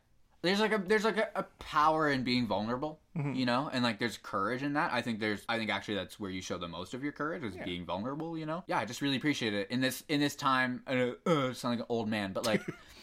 A: There's like a there's like a, a power in being vulnerable, you know, and like there's courage in that. I think there's I think actually that's where you show the most of your courage is being vulnerable, you know. Yeah, I just really appreciate it in this in this time. Uh, uh, sound like an old man, but like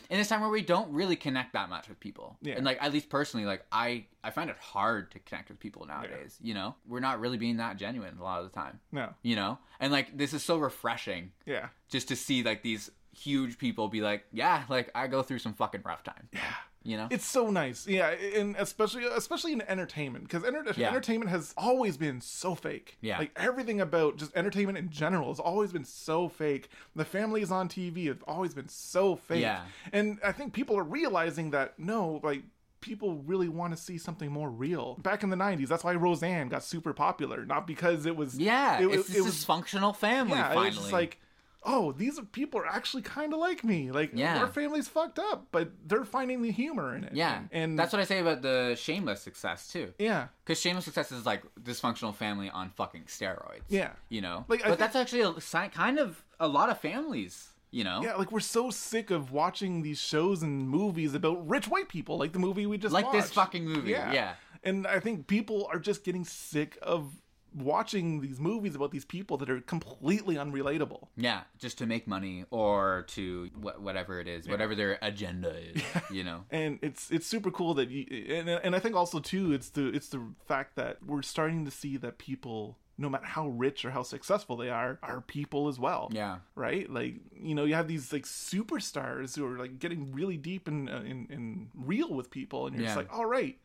A: in this time where we don't really connect that much with people,
B: Yeah.
A: and like at least personally, like I I find it hard to connect with people nowadays. You know, we're not really being that genuine a lot of the time.
B: no
A: You know, and like this is so refreshing
B: yeah
A: just to see like these huge people be like, yeah, like I go through some fucking rough time. Yeah, you know.
B: it's so nice yeah and especially especially in entertainment because enter-
A: Yeah.
B: entertainment has always been so fake
A: Yeah.
B: like everything about just entertainment in general has always been so fake the families on tv have always been so fake
A: Yeah.
B: and i think people are realizing that no like people really want to see something more real. Back in the 90s, that's why Roseanne got super popular, not because it was
A: Yeah,
B: it,
A: it's
B: it-
A: this
B: it was
A: dysfunctional family.
B: yeah,
A: finally,
B: it was just like oh, these are, people are actually kind of like me. Like
A: Yeah.
B: our family's fucked up, but they're finding the humor in it.
A: yeah,
B: and
A: that's what I say about the Shameless success too.
B: yeah.
A: Because Shameless Success is like dysfunctional family on fucking steroids.
B: Yeah.
A: You know?
B: Like, I
A: but
B: think-
A: that's actually a, si- kind of a lot of families, you know?
B: Yeah, like we're so sick of watching these shows and movies about rich white people, like the movie we just
A: Like this
B: watched.
A: fucking movie, yeah.
B: And I think people are just getting sick of watching these movies about these people that are completely unrelatable.
A: Yeah, just to make money or to wh- whatever it is, whatever their agenda is, you know?
B: And it's it's super cool that you and and I think also too it's the it's the fact that we're starting to see that people no matter how rich or how successful they are are people as well.
A: Yeah.
B: right? Like you know, you have these like superstars who are like getting really deep and uh, and, and real with people, and you're just
A: Yeah.
B: like, all right,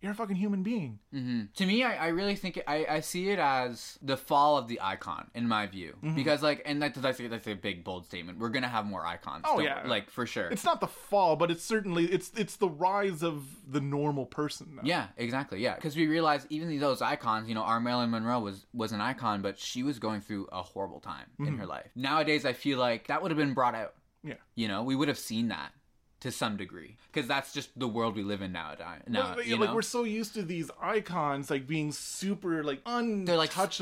B: you're a fucking human being.
A: To me, I, I really think it, I, I see it as the fall of the icon, in my view.
B: Mm-hmm.
A: Because, like, and that, that's, a, that's a big, bold statement. We're going to have more icons.
B: Oh,
A: don't-
B: yeah.
A: Like, for sure.
B: It's not the fall, but it's certainly it's it's the rise of the normal person. now.
A: Yeah, exactly. Yeah, because we realized even those icons, you know, our Marilyn Monroe was was an icon, but she was going through a horrible time in her life. Nowadays, I feel like that would have been brought out.
B: Mm-hmm. yeah.
A: You know, we would have seen that to some degree because that's just the world we live in now. Now,
B: Like- like,
A: you
B: like,
A: know?
B: we're so used to these icons like being super like untouchable,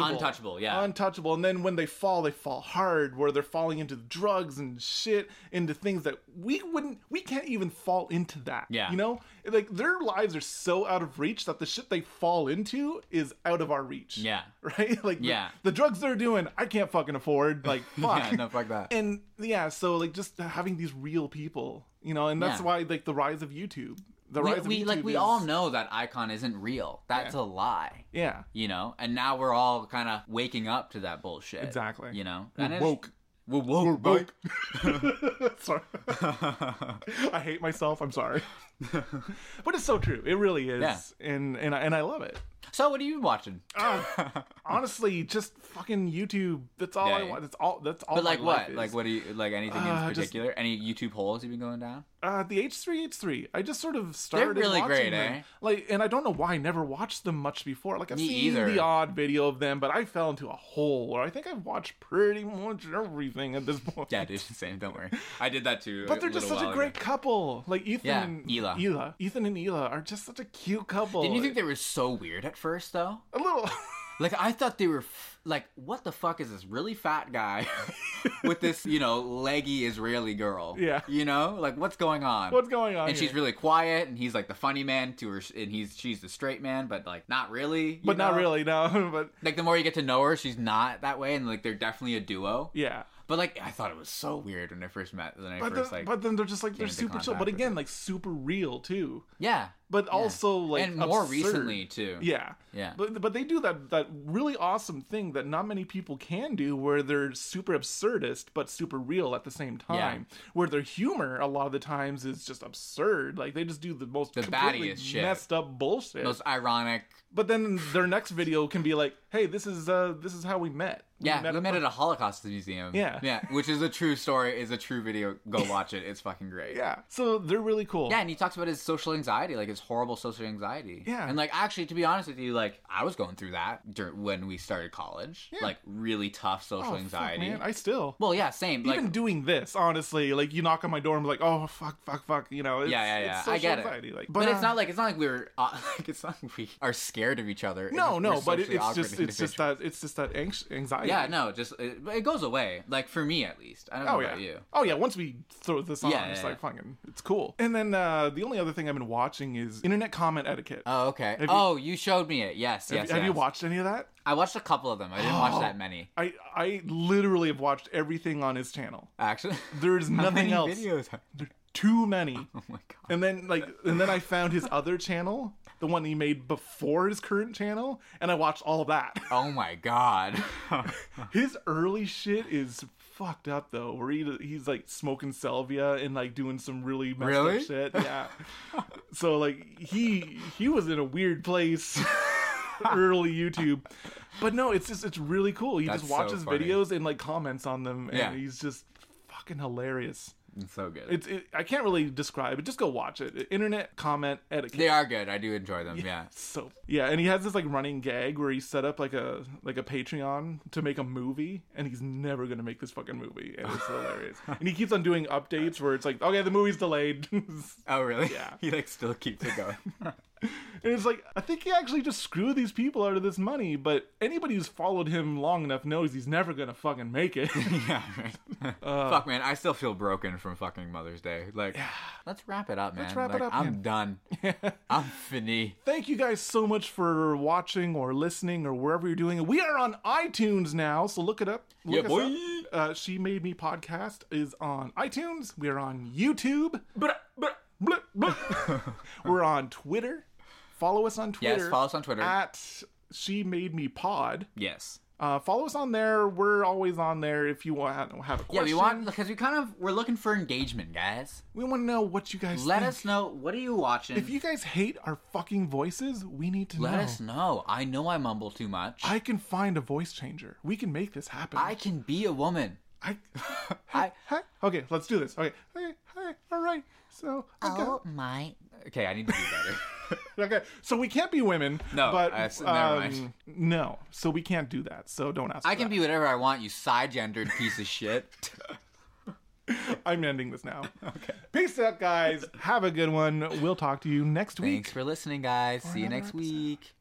A: like, untouchable, yeah.
B: untouchable. And then when they fall, they fall hard, where they're falling into drugs and shit, into things that we wouldn't, we can't even fall into that.
A: Yeah.
B: you know, like their lives are so out of reach that the shit they fall into is out of our reach.
A: Yeah.
B: right. Like the-
A: Yeah.
B: the, drugs they're doing, I can't fucking afford. Like
A: Yeah,
B: fuck,
A: no, fuck that.
B: And yeah, so like just having these real people, you know, and that's
A: Yeah.
B: why like the rise of YouTube. The
A: we,
B: rise of
A: we- like
B: YouTube
A: we
B: is-
A: all know that icon isn't real. That's a lie.
B: yeah.
A: You know, and now we're all kind of waking up to that bullshit.
B: Exactly.
A: You know,
B: We're
A: and it's-
B: woke.
A: We're woke. We're
B: woke. sorry. I hate myself. I'm sorry. but it's so true. It really is.
A: Yeah.
B: And and I, and I love it.
A: So, what are you watching?
B: Honestly, just fucking YouTube. That's all
A: Yeah,
B: I
A: yeah.
B: want. That's all. That's all.
A: But like
B: my
A: what?
B: life is.
A: Like what do you like anything
B: Uh,
A: in
B: just-
A: particular? Any YouTube holes you've been going down?
B: Uh, the H3H3. I just sort of started.
A: really
B: watching
A: great,
B: them.
A: eh?
B: Like, and I don't know why I never watched them much before. Like I've
A: Me
B: seen
A: either.
B: the odd video of them, but I fell into a hole where I think I've watched pretty much everything at this point.
A: Yeah, dude, same. Don't worry. I did that too.
B: But they're just such a great couple. Like Ethan
A: Yeah,
B: and
A: Ela.
B: Ela. Ethan and Ela are just such a cute couple.
A: Didn't you think they were so weird at first though?
B: a little
A: Like I thought they were f- like, what the fuck is this really fat guy with this you know leggy Israeli girl?
B: Yeah.
A: You know, like what's going on?
B: what's going on?
A: and
B: here?
A: she's really quiet, and he's like the funny man to her, and he's she's the straight man, but like not really. you
B: but not
A: know?
B: really, no. But
A: Like the more you get to know her, she's not that way, and like they're definitely a duo.
B: yeah.
A: But like, I thought it was so weird when I first met. When I
B: But then,
A: first like,
B: but then they're just like they're
A: into
B: super chill. But
A: contact with
B: again, like super real too.
A: yeah,
B: But also like
A: and more
B: absurd.
A: recently too.
B: Yeah.
A: Yeah.
B: But but they do that that really awesome thing that not many people can do where they're super absurdist but super real at the same time. Where their humor a lot of the times is just absurd. Like they just do the most
A: The
B: completely
A: battiest shit.
B: messed up bullshit.
A: most ironic.
B: But then their next video can be like, "Hey, this is uh this is how we met."
A: Yeah, we met
B: fu-
A: at a Holocaust museum.
B: Yeah.
A: yeah, which is a true story. Is a true video. Go watch it. It's fucking great.
B: Yeah. So they're really cool.
A: Yeah, and he talks about his social anxiety, like his horrible social anxiety.
B: Yeah.
A: And like, actually, to be honest with you, like I was going through that dur- when we started college.
B: Yeah.
A: Like really tough social
B: Oh,
A: anxiety.
B: Fuck, man. I still
A: well, yeah, same. Like,
B: even doing this, honestly, like you knock on my door and be like, "Oh, fuck, fuck, fuck," you know. It's,
A: Yeah, yeah, yeah.
B: It's
A: I
B: social
A: get it.
B: anxiety, Like,
A: but
B: uh,
A: it's not like it's not like we're uh, like it's not like we are scared of each other. It's
B: No,
A: just
B: no,
A: we're
B: but it,
A: socially
B: it's
A: awkward
B: just it's just
A: individuals.
B: that it's just that anx- anxiety.
A: Yeah, no, just it, it goes away. Like for me, at least. I don't know
B: Oh yeah.
A: about you.
B: Oh yeah. Once we throw this on,
A: Yeah,
B: it's
A: yeah,
B: like fucking, it's cool. And then uh, the only other thing I've been watching is internet comment etiquette.
A: Oh, okay.
B: Have you-
A: oh, you showed me it. Yes,
B: have,
A: yes.
B: have you
A: yes.
B: watched any of that?
A: I watched a couple of them. I didn't watch that
B: Oh.
A: many.
B: I I literally have watched everything on his channel.
A: Actually,
B: There's
A: How
B: nothing
A: many
B: else.
A: Videos. are-
B: There- Too many.
A: Oh my god.
B: And then like, and then I found his other channel, the one he made before his current channel, and I watched all of that.
A: Oh my god.
B: His early shit is fucked up though, where he, he's like smoking salvia and like doing some really messed
A: Really?
B: up shit. Yeah. so like he he was in a weird place early YouTube. But no, it's just it's really cool. He
A: That's
B: just watches
A: so funny.
B: videos and like comments on them and
A: Yeah.
B: he's just fucking hilarious.
A: It's so good.
B: It's it, I can't really describe it. Just go watch it. Internet comment etiquette.
A: they are good. I do enjoy them. Yeah.
B: So yeah, and he has this like running gag where he set up like a like a Patreon to make a movie, and he's never gonna make this fucking movie, and it's hilarious. And he keeps on doing updates where it's like, okay, the movie's delayed. and
A: Oh really?
B: Yeah.
A: he like still keeps it going.
B: it's like, I think he actually just screwed these people out of this money, but anybody who's followed him long enough knows he's never gonna fucking make it.
A: yeah. Right.
B: Uh,
A: Fuck man, I still feel broken from fucking Mother's Day. Like, let's wrap it up, man.
B: wrap it
A: Like,
B: up,
A: I'm
B: man.
A: done. I'm fini.
B: Thank you guys so much for watching or listening or wherever you're doing it. We are on iTunes now, so look it up. Look
A: Yeah,
B: us
A: boy.
B: up. Uh, she Made Me podcast is on iTunes. We are on YouTube. Blip, blip. We're on Twitter. Follow us on Twitter.
A: Yes, follow us on Twitter.
B: At She Made Me Pod.
A: yes.
B: Uh, follow us on there. We're always on there if you want to have a
A: Yeah,
B: question.
A: we want because we kind of we're looking for engagement, guys.
B: we want to know what you guys
A: Let
B: think.
A: us know what are you watching.
B: If you guys hate our fucking voices, we need to
A: Let
B: know.
A: us know. I know I mumble too much. I,
B: I can find a voice changer. We can make this happen.
A: can be a woman.
B: I,
A: I
B: Hi. Okay, let's do this. Okay. Hey, hi. All right. So, okay.
C: Oh my
A: okay. I need to do better.
B: okay. So we can't be women.
A: No,
B: but
A: I s- never mind.
B: um, no. So we can't do that. So don't ask.
A: I
B: for
A: can
B: that.
A: be whatever I want. You side-gendered piece of shit.
B: I'm ending this now. okay. Peace out, guys. Have a good one. We'll talk to you next week.
A: Thanks for listening, guys. See you
B: another
A: next
B: episode.
A: week.